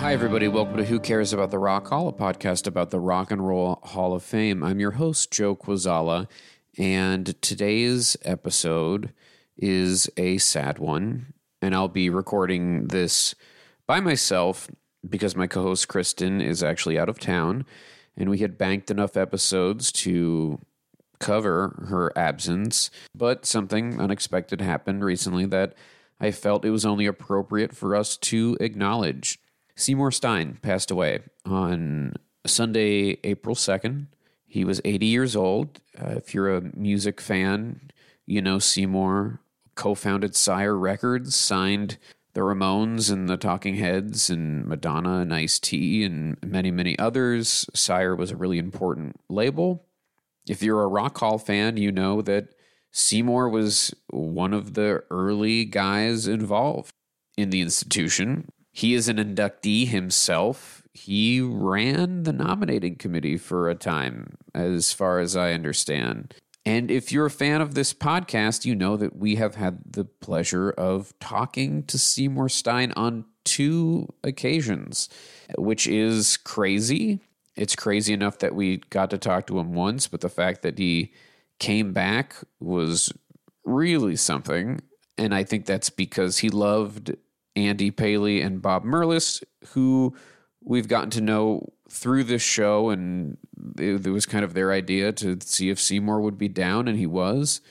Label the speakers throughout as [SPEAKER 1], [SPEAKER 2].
[SPEAKER 1] Hi, everybody. Welcome to Who Cares About the Rock Hall, a podcast about the Rock and Roll Hall of Fame. I'm your host, Joe Quazala, and today's episode is a sad one. And I'll be recording this by myself because my co host, Kristen, is actually out of town. And we had banked enough episodes to cover her absence, but something unexpected happened recently that I felt it was only appropriate for us to acknowledge. Seymour Stein passed away on Sunday, April 2nd. He was 80 years old. Uh, if you're a music fan, you know Seymour co founded Sire Records, signed the Ramones and the Talking Heads and Madonna and Ice T and many, many others. Sire was a really important label if you're a Rock Hall fan, you know that Seymour was one of the early guys involved in the institution. He is an inductee himself. He ran the nominating committee for a time, as far as I understand. And if you're a fan of this podcast, you know that we have had the pleasure of talking to Seymour Stein on two occasions, which is crazy it's crazy enough that we got to talk to him once, but the fact that he came back was really something. And I think that's because he loved Andy Paley and Bob Merlis, who we've gotten to know through this show. And it, it was kind of their idea to see if Seymour would be down, and he was.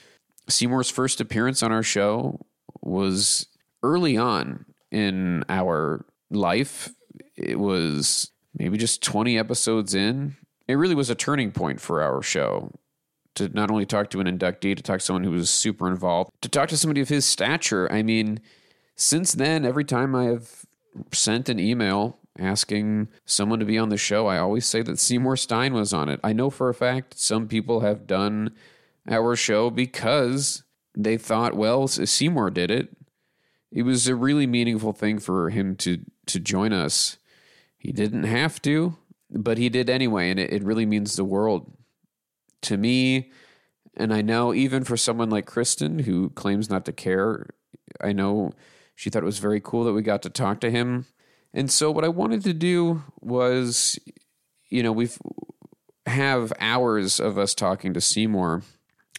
[SPEAKER 1] Seymour's first appearance on our show was early on in our life. It was maybe just 20 episodes in, it really was a turning point for our show to not only talk to an inductee, to talk to someone who was super involved, to talk to somebody of his stature. I mean, since then, every time I have sent an email asking someone to be on the show, I always say that Seymour Stein was on it. I know for a fact some people have done our show because they thought, well, S- Seymour did it. It was a really meaningful thing for him to to join us. He didn't have to, but he did anyway, and it, it really means the world to me. And I know even for someone like Kristen, who claims not to care, I know she thought it was very cool that we got to talk to him. And so what I wanted to do was, you know, we've have hours of us talking to Seymour.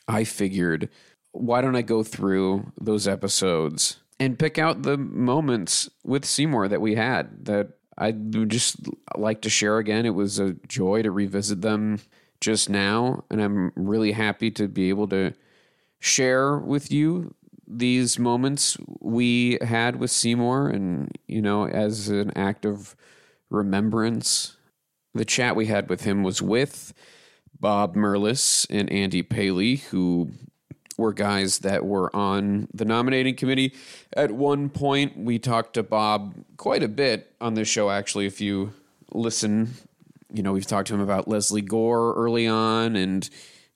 [SPEAKER 1] I figured, why don't I go through those episodes and pick out the moments with Seymour that we had that I would just like to share again. It was a joy to revisit them just now, and I'm really happy to be able to share with you these moments we had with Seymour and, you know, as an act of remembrance. The chat we had with him was with Bob Merlis and Andy Paley, who were guys that were on the nominating committee. At one point, we talked to Bob quite a bit on this show, actually. If you listen, you know, we've talked to him about Leslie Gore early on, and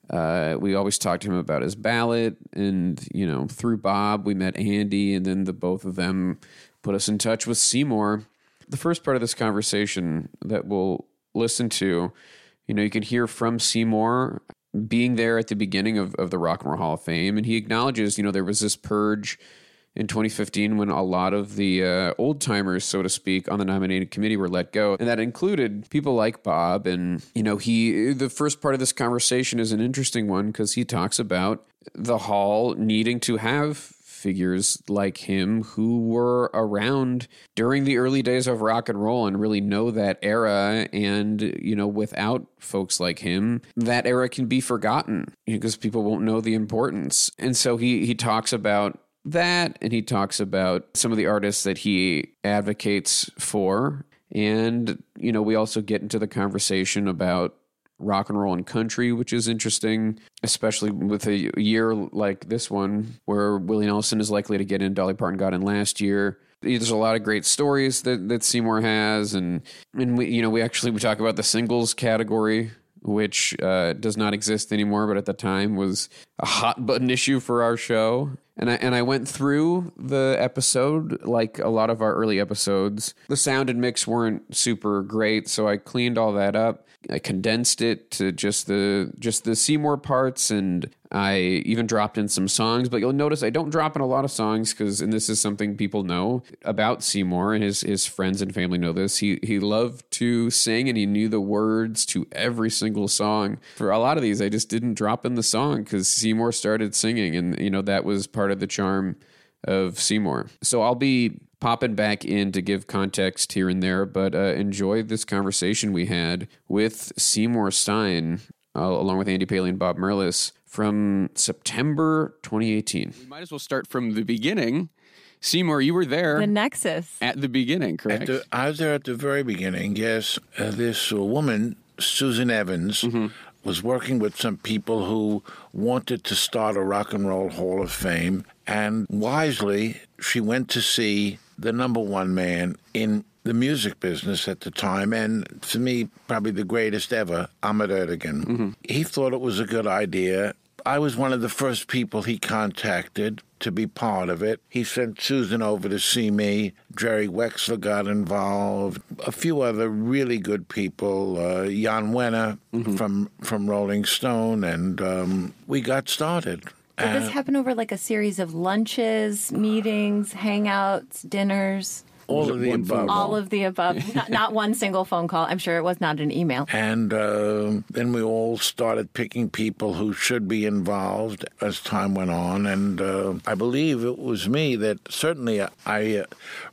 [SPEAKER 1] uh, we always talked to him about his ballot. And, you know, through Bob, we met Andy, and then the both of them put us in touch with Seymour. The first part of this conversation that we'll listen to, you know, you can hear from Seymour being there at the beginning of, of the Rock and Roll Hall of Fame. And he acknowledges, you know, there was this purge in 2015 when a lot of the uh, old timers, so to speak, on the nominated committee were let go. And that included people like Bob. And, you know, he, the first part of this conversation is an interesting one because he talks about the hall needing to have figures like him who were around during the early days of rock and roll and really know that era and you know without folks like him that era can be forgotten because people won't know the importance and so he he talks about that and he talks about some of the artists that he advocates for and you know we also get into the conversation about rock and roll and country, which is interesting, especially with a year like this one where Willie Nelson is likely to get in. Dolly Parton got in last year. There's a lot of great stories that, that Seymour has, and and we you know we actually we talk about the singles category, which uh, does not exist anymore, but at the time was a hot button issue for our show. And I and I went through the episode like a lot of our early episodes. The sound and mix weren't super great, so I cleaned all that up. I condensed it to just the just the Seymour parts and I even dropped in some songs, but you'll notice I don't drop in a lot of songs because, and this is something people know about Seymour and his his friends and family know this. He he loved to sing and he knew the words to every single song. For a lot of these, I just didn't drop in the song because Seymour started singing, and you know that was part of the charm of Seymour. So I'll be popping back in to give context here and there, but uh, enjoy this conversation we had with Seymour Stein, uh, along with Andy Paley and Bob Merlis from September 2018.
[SPEAKER 2] We might as well start from the beginning. Seymour, you were there
[SPEAKER 3] The Nexus.
[SPEAKER 2] at the beginning, correct?
[SPEAKER 4] At the, I was there at the very beginning. Yes, uh, this uh, woman, Susan Evans, was working with some people who wanted to start a rock and roll Hall of Fame, and wisely, she went to see the number one man in the music business at the time, and to me, probably the greatest ever, Ahmet Erdogan. He thought it was a good idea. I was one of the first people he contacted to be part of it. He sent Susan over to see me. Jerry Wexler got involved. A few other really good people, uh, Jan Wenner from from Rolling Stone, and um, we got started.
[SPEAKER 3] Did this happen over like a series of lunches, meetings, hangouts, dinners?
[SPEAKER 4] All of the
[SPEAKER 2] one phone
[SPEAKER 4] above.
[SPEAKER 3] All of the above. Not, not one single phone call. I'm sure it was not an email.
[SPEAKER 4] And uh, then we all started picking people who should be involved as time went on. And uh, I believe it was me that certainly I uh,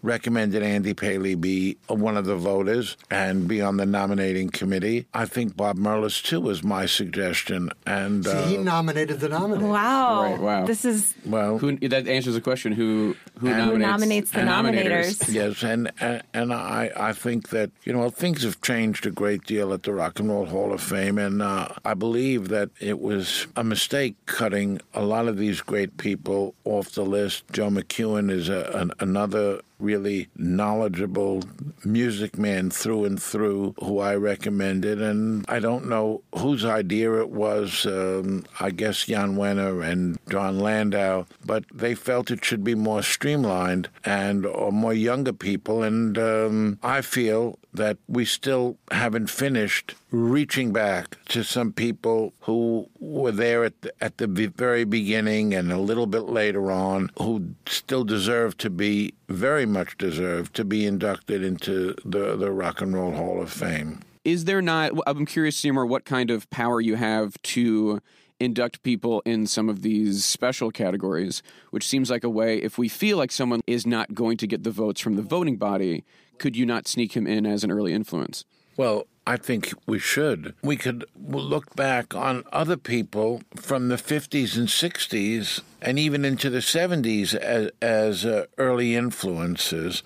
[SPEAKER 4] recommended Andy Paley be one of the voters and be on the nominating committee. I think Bob Merlis, too, was my suggestion. And
[SPEAKER 5] See, he
[SPEAKER 4] uh,
[SPEAKER 5] nominated the nominee.
[SPEAKER 3] Wow.
[SPEAKER 2] Right, wow.
[SPEAKER 3] This is
[SPEAKER 4] well,
[SPEAKER 2] who, that answers the question who who,
[SPEAKER 4] And-
[SPEAKER 2] nominates,
[SPEAKER 4] Who
[SPEAKER 3] nominates the
[SPEAKER 2] and
[SPEAKER 3] nominators.
[SPEAKER 4] Yes, and and, and I, I think that you know things have changed a great deal at the Rock and Roll Hall of Fame, and uh, I believe that it was a mistake cutting a lot of these great people off the list. Joe McEwen is a, an, another really knowledgeable music man through and through who I recommended, and I don't know whose idea it was. Um, I guess Jan Wenner and John Landau, but they felt it should be more streamlined and or more younger people. And um, I feel that we still haven't finished reaching back to some people who were there at the, at the be- very beginning and a little bit later on, who still deserve to be very much deserve to be inducted into the, the Rock and Roll Hall of Fame.
[SPEAKER 2] Is there not? I'm curious, Seymour, what kind of power you have to induct people in some of these special categories, which seems like a way. If we feel like someone is not going to get the votes from the voting body, could you not sneak him in as an early influence?
[SPEAKER 4] Well, I think we should. We could look back on other people from the 50s and 60s and even into the 70s as, as uh, early influences.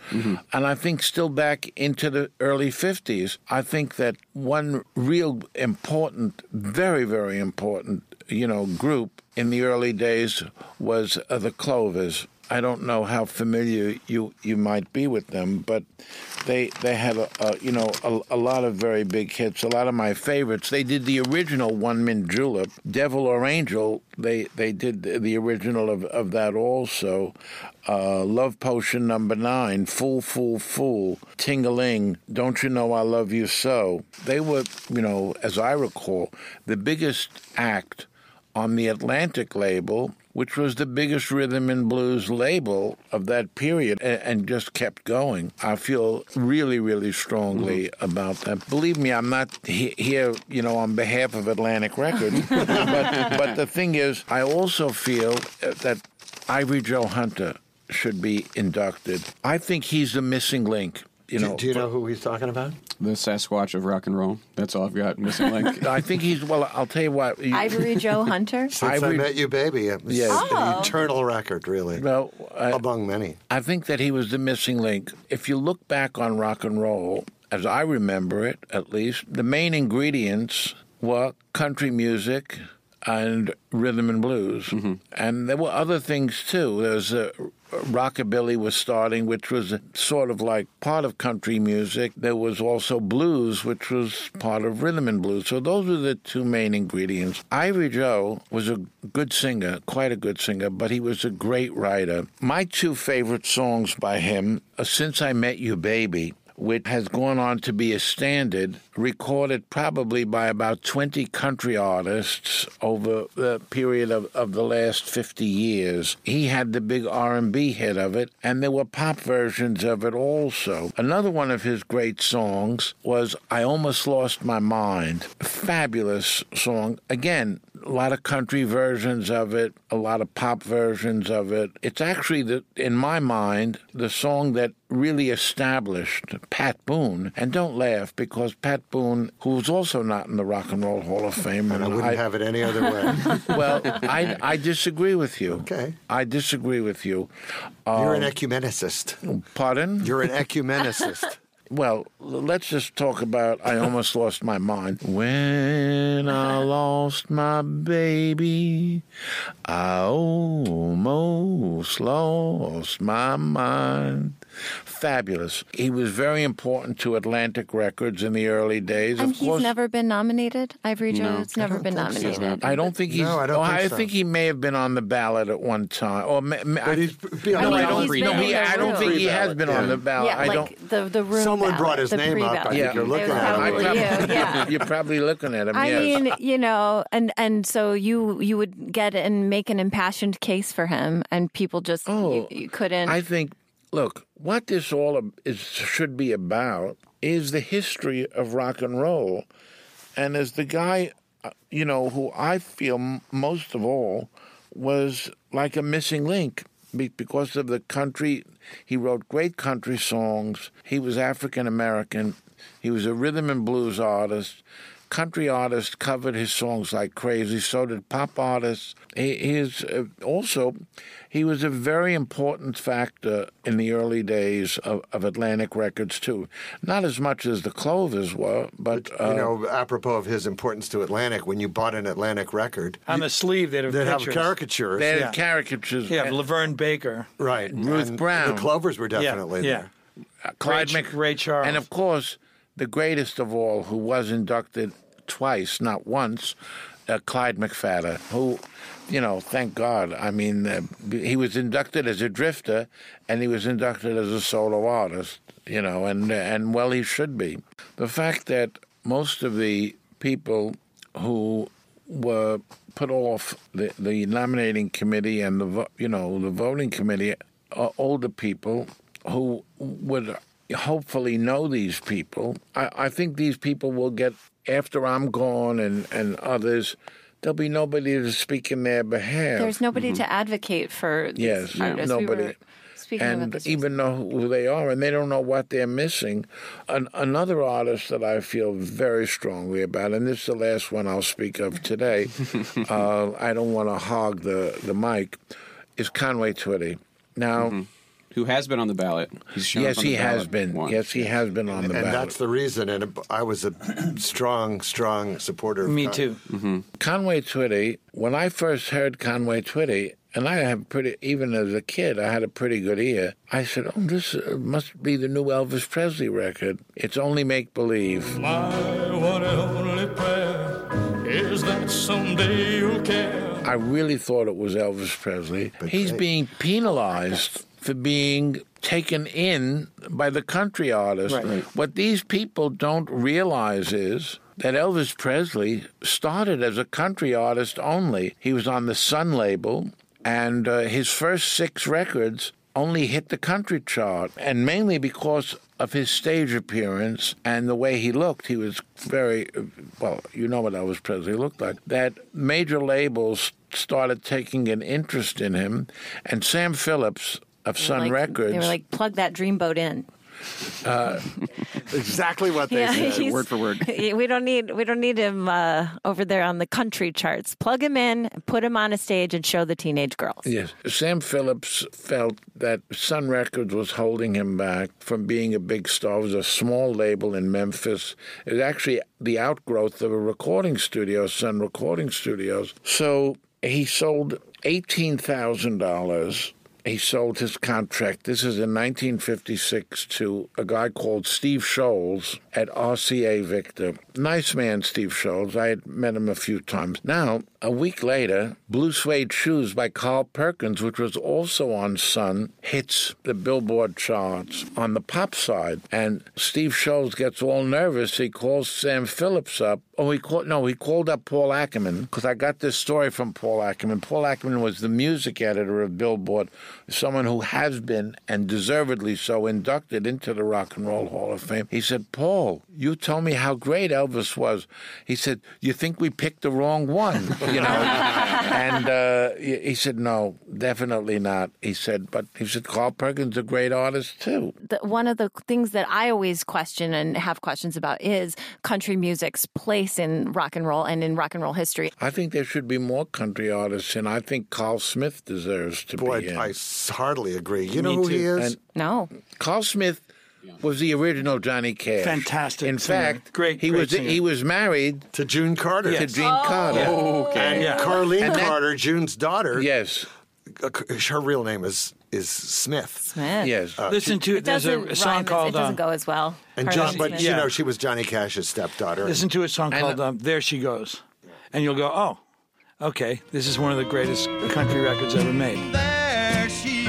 [SPEAKER 4] And I think still back into the early 50s. I think that one real important, very, very important, you know, group in the early days was uh, the Clovers. I don't know how familiar you, you might be with them, but they they had a, a you know a, a lot of very big hits. A lot of my favorites. They did the original One Min Julep, Devil or Angel. They they did the, the original of, of that also. Uh, Love Potion Number Nine, Fool Fool Fool, Tingaling, Don't You Know I Love You So. They were you know as I recall the biggest act on the Atlantic label, which was the biggest rhythm and blues label of that period, and, and just kept going. I feel really, really strongly
[SPEAKER 5] Mm-hmm.
[SPEAKER 4] about that. Believe me, I'm not he- here, you know, on behalf of Atlantic Records, but, but the thing is, I also feel uh, that Ivory Joe Hunter should be inducted. I think he's the missing link. You know,
[SPEAKER 5] Do, do you know who he's talking about?
[SPEAKER 2] The Sasquatch of rock and roll. That's all I've got. Missing link.
[SPEAKER 4] I think he's well. I'll tell you what. you-
[SPEAKER 3] Ivory Joe Hunter.
[SPEAKER 5] Since
[SPEAKER 4] Ivory-
[SPEAKER 5] I met you, baby. It's
[SPEAKER 4] Yes.
[SPEAKER 3] Oh.
[SPEAKER 5] an eternal record, really,
[SPEAKER 4] well, I-
[SPEAKER 5] among many.
[SPEAKER 4] I think that he was the missing link. If you look back on rock and roll, as I remember it at least, the main ingredients were country music and rhythm and blues. And there were other things too. There's a rockabilly was starting which was sort of like part of country music there was also blues which was part of rhythm and blues so those were the two main ingredients ivory joe was a good singer quite a good singer but he was a uh, great writer my two favorite songs by him are since i met you baby which has gone on to be a standard, recorded probably by about 20 country artists over the period of, of the last 50 years. He had the big R&B hit of it, and there were pop versions of it also. Another one of his great songs was I Almost Lost My Mind. Fabulous song. Again, a lot of country versions of it, a lot of pop versions of it. It's actually the in my mind the song that really established Pat Boone. And don't laugh because Pat Boone, who's also not in the Rock and Roll Hall of Fame,
[SPEAKER 5] And I wouldn't have it any other way.
[SPEAKER 4] well, I I disagree with you.
[SPEAKER 5] Okay.
[SPEAKER 4] I disagree with you. Uh,
[SPEAKER 5] You're an ecumenicist.
[SPEAKER 4] Pardon?
[SPEAKER 5] You're an ecumenicist.
[SPEAKER 4] Well, l- let's just talk about I almost lost my mind. When I lost my baby, I almost lost my mind. Fabulous. He was very important to Atlantic Records in the early days.
[SPEAKER 3] and
[SPEAKER 4] of
[SPEAKER 3] he's
[SPEAKER 4] course,
[SPEAKER 3] never been nominated. Ivory Joe's never been
[SPEAKER 2] he's
[SPEAKER 3] nominated.
[SPEAKER 2] not.
[SPEAKER 4] I don't think he's.
[SPEAKER 5] No, I don't
[SPEAKER 4] oh,
[SPEAKER 5] think
[SPEAKER 4] I
[SPEAKER 5] so.
[SPEAKER 4] think he may have been on the ballot at one time. Or ma- ma-
[SPEAKER 5] But he's been on
[SPEAKER 4] no,
[SPEAKER 5] the
[SPEAKER 4] I
[SPEAKER 5] ballot.
[SPEAKER 4] don't.
[SPEAKER 5] He's
[SPEAKER 4] no,
[SPEAKER 5] been
[SPEAKER 4] he,
[SPEAKER 3] on the
[SPEAKER 4] I don't think he
[SPEAKER 5] ballot.
[SPEAKER 4] has been
[SPEAKER 5] Yeah.
[SPEAKER 4] on the ballot.
[SPEAKER 3] Yeah,
[SPEAKER 4] I don't.
[SPEAKER 3] like the the room.
[SPEAKER 5] Someone
[SPEAKER 3] ballot,
[SPEAKER 5] brought his
[SPEAKER 3] the
[SPEAKER 5] name up. I
[SPEAKER 3] pre-ballot.
[SPEAKER 5] think
[SPEAKER 4] Yeah. you're
[SPEAKER 5] looking
[SPEAKER 3] It was
[SPEAKER 5] at him.
[SPEAKER 4] I
[SPEAKER 3] probably
[SPEAKER 4] probably-
[SPEAKER 3] you, yeah.
[SPEAKER 4] You're probably looking at him.
[SPEAKER 3] I
[SPEAKER 4] yes.
[SPEAKER 3] mean, you know, and and so you you would get and make an impassioned case for him, and people just
[SPEAKER 4] Oh,
[SPEAKER 3] you, you couldn't.
[SPEAKER 4] I think, look, what this all ab- is, should be about is the history of rock and roll. And as the guy, uh, you know, who I feel m- most of all was like a missing link be- because of the country. He wrote great country songs. He was African American. He was a rhythm and blues artist. Country artists covered his songs like crazy. So did pop artists. He, he is uh, also he was a very important factor in the early days of, of Atlantic Records too. Not as much as the Clovers were, but uh,
[SPEAKER 5] you know, apropos of his importance to Atlantic, when you bought an Atlantic record,
[SPEAKER 6] On the sleeve, they'd have
[SPEAKER 5] they'd have
[SPEAKER 6] pictures.
[SPEAKER 5] caricatures.
[SPEAKER 4] they had
[SPEAKER 6] Yeah.
[SPEAKER 4] caricatures.
[SPEAKER 6] Yeah,
[SPEAKER 4] and
[SPEAKER 6] Laverne Baker.
[SPEAKER 5] Right.
[SPEAKER 4] Ruth
[SPEAKER 5] and
[SPEAKER 4] Brown.
[SPEAKER 5] The Clovers were
[SPEAKER 6] Yeah,
[SPEAKER 5] definitely
[SPEAKER 6] yeah.
[SPEAKER 5] there.
[SPEAKER 4] Clyde
[SPEAKER 6] Ray-
[SPEAKER 4] Mc-
[SPEAKER 6] Ray Charles.
[SPEAKER 4] And of course, the greatest of all, who was inducted twice, not once, uh, Clyde McFadden, who, you know, thank God. I mean, uh, he was inducted as a drifter, and he was inducted as a solo artist. You know, and and well, he should be. The fact that most of the people who were put off the, the nominating committee and the vo- you know the voting committee are older people who would hopefully know these people. I, I think these people will get after I'm gone and, and others. There'll be nobody to speak in their behalf.
[SPEAKER 3] There's nobody to advocate for. These
[SPEAKER 4] Mm-hmm. Yes, yeah,
[SPEAKER 3] artists.
[SPEAKER 4] nobody.
[SPEAKER 3] We were speaking about
[SPEAKER 4] and
[SPEAKER 3] this
[SPEAKER 4] even know who they are, and they don't know what they're missing. An, another artist that I feel very strongly about, and this is the last one I'll speak of today. uh, I don't want to hog the the mic. Is Conway Twitty now?
[SPEAKER 2] Who has been on the ballot? He's shown up
[SPEAKER 4] Yes,
[SPEAKER 2] on the
[SPEAKER 4] he has
[SPEAKER 2] ballot
[SPEAKER 4] been.
[SPEAKER 2] once.
[SPEAKER 4] Yes, he has been on
[SPEAKER 5] And
[SPEAKER 4] the ballot.
[SPEAKER 5] that's the reason. And I was a strong, strong supporter. Of
[SPEAKER 6] Me
[SPEAKER 5] Con-
[SPEAKER 6] too.
[SPEAKER 4] Conway Twitty, when I first heard Conway Twitty, and I have pretty, even as a kid, I had a pretty good ear. I said, "Oh, this uh, must be the new Elvis Presley record. It's only make believe."
[SPEAKER 7] My one and only prayer is that someday you'll care.
[SPEAKER 4] I really thought it was Elvis Presley. He's being penalized for being taken in by the country artist.
[SPEAKER 6] Right. Right.
[SPEAKER 4] What these people don't realize is that Elvis Presley started as a country artist only. He was on the Sun label, and uh, his first six records only hit the country chart, and mainly because of his stage appearance and the way he looked. He was very, well, you know what Elvis Presley looked like. That major labels started taking an interest in him, and Sam Phillips of
[SPEAKER 3] They were
[SPEAKER 4] Sun
[SPEAKER 3] like-
[SPEAKER 4] Records.
[SPEAKER 3] They were like, plug that dreamboat in.
[SPEAKER 5] Exactly what they said.
[SPEAKER 3] he's-
[SPEAKER 2] word for word.
[SPEAKER 3] We don't need we don't need him uh, over there on the country charts. Plug him in, put him on a stage, and show the teenage girls.
[SPEAKER 4] Yes. Sam Phillips felt that Sun Records was holding him back from being a big star. It was a small label in Memphis. It was actually the outgrowth of a recording studio, Sun Recording Studios. So he sold $18,000 he sold his contract. This is in 1956 to a guy called Steve Scholes at RCA Victor. Nice man, Steve Scholes. I had met him a few times. Now, a week later, Blue Suede Shoes by Carl Perkins, which was also on Sun, hits the Billboard charts on the pop side. And Steve Scholes gets all nervous. He calls Sam Phillips up. Oh, he called, no, he called up Paul Ackerman because I got this story from Paul Ackerman. Paul Ackerman was the music editor of Billboard, someone who has been and deservedly so inducted into the Rock and Roll Hall of Fame. He said, Paul, you told me how great Elvis was. He said, You think we picked the wrong one? You know? and uh, he he said, No, definitely not. He said, But he said, Carl Perkins is a great artist too.
[SPEAKER 6] the, one of the things that I always question and have questions about is country music's place in rock and roll and in rock and roll history.
[SPEAKER 4] I think there should be more country artists, and I think Carl Smith deserves to be
[SPEAKER 5] Boy,
[SPEAKER 4] in.
[SPEAKER 5] I s- hardly agree. You know who he
[SPEAKER 8] too.
[SPEAKER 5] is?
[SPEAKER 4] And-
[SPEAKER 6] No,
[SPEAKER 4] Carl Smith was the original Johnny Cash.
[SPEAKER 8] Fantastic
[SPEAKER 4] In
[SPEAKER 8] singer.
[SPEAKER 4] fact,
[SPEAKER 8] Great,
[SPEAKER 4] he
[SPEAKER 8] great
[SPEAKER 4] was
[SPEAKER 8] singer.
[SPEAKER 4] he was married
[SPEAKER 5] to June Carter.
[SPEAKER 4] to Gene Carter.
[SPEAKER 8] Oh.
[SPEAKER 5] And
[SPEAKER 8] Yeah.
[SPEAKER 5] Carlene
[SPEAKER 4] And that-
[SPEAKER 5] Carter, June's daughter.
[SPEAKER 4] Yes,
[SPEAKER 5] uh, her real name is is Smith.
[SPEAKER 6] Smith.
[SPEAKER 4] yes.
[SPEAKER 8] Listen to
[SPEAKER 6] It
[SPEAKER 8] there's
[SPEAKER 6] doesn't
[SPEAKER 8] a, a song
[SPEAKER 6] rhyme. It's-
[SPEAKER 8] called
[SPEAKER 6] it doesn't
[SPEAKER 8] um,
[SPEAKER 6] go as well.
[SPEAKER 5] And
[SPEAKER 6] Carlos
[SPEAKER 5] John, but
[SPEAKER 6] Smith.
[SPEAKER 5] you
[SPEAKER 8] Yeah.
[SPEAKER 5] know, she was Johnny Cash's stepdaughter.
[SPEAKER 8] Listen to a song
[SPEAKER 4] And,
[SPEAKER 8] called
[SPEAKER 4] uh,
[SPEAKER 8] um, "There She Goes," and you'll go, "Oh, okay, this is one of the greatest country records ever made."
[SPEAKER 9] There she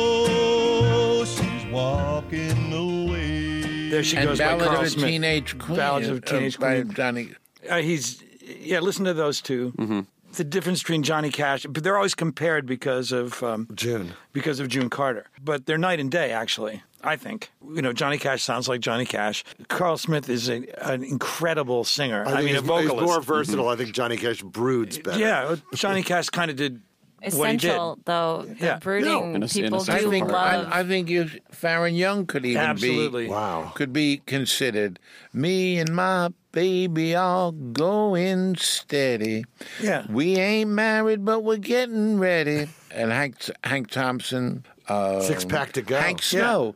[SPEAKER 9] goes. She's walking away.
[SPEAKER 8] There she
[SPEAKER 4] and
[SPEAKER 8] goes by
[SPEAKER 4] Ballad
[SPEAKER 8] Carl
[SPEAKER 4] of a
[SPEAKER 8] Smith.
[SPEAKER 4] Teenage Queen.
[SPEAKER 8] Ballads of
[SPEAKER 4] uh,
[SPEAKER 8] Teenage
[SPEAKER 4] by
[SPEAKER 8] Queen.
[SPEAKER 4] Johnny.
[SPEAKER 8] Uh, he's yeah. Listen to those 2 The difference between Johnny Cash, but they're always compared because of um,
[SPEAKER 5] June.
[SPEAKER 8] because of June Carter, but they're night and day actually. I think you know Johnny Cash sounds like Johnny Cash. Carl Smith is a, an incredible singer. I,
[SPEAKER 5] think
[SPEAKER 8] mean,
[SPEAKER 5] he's,
[SPEAKER 8] a
[SPEAKER 5] he's
[SPEAKER 8] vocalist. Mm-hmm.
[SPEAKER 5] more versatile. I think Johnny Cash broods better.
[SPEAKER 8] yeah, Johnny Cash kind of did what he did.
[SPEAKER 6] Essential though, the
[SPEAKER 8] Yeah.
[SPEAKER 6] brooding
[SPEAKER 1] And it's- and
[SPEAKER 6] people
[SPEAKER 1] it's
[SPEAKER 6] do
[SPEAKER 1] a
[SPEAKER 4] I think
[SPEAKER 6] love.
[SPEAKER 4] I, I think you, Farron Young could even
[SPEAKER 8] Absolutely.
[SPEAKER 4] be
[SPEAKER 5] Wow.
[SPEAKER 4] could be considered. Me and my baby are going steady.
[SPEAKER 8] Yeah.
[SPEAKER 4] we ain't married, but we're getting ready. And Hank Hank Thompson,
[SPEAKER 8] Um,
[SPEAKER 4] uh,
[SPEAKER 5] Six pack to go. Oh,
[SPEAKER 4] Hank Snow.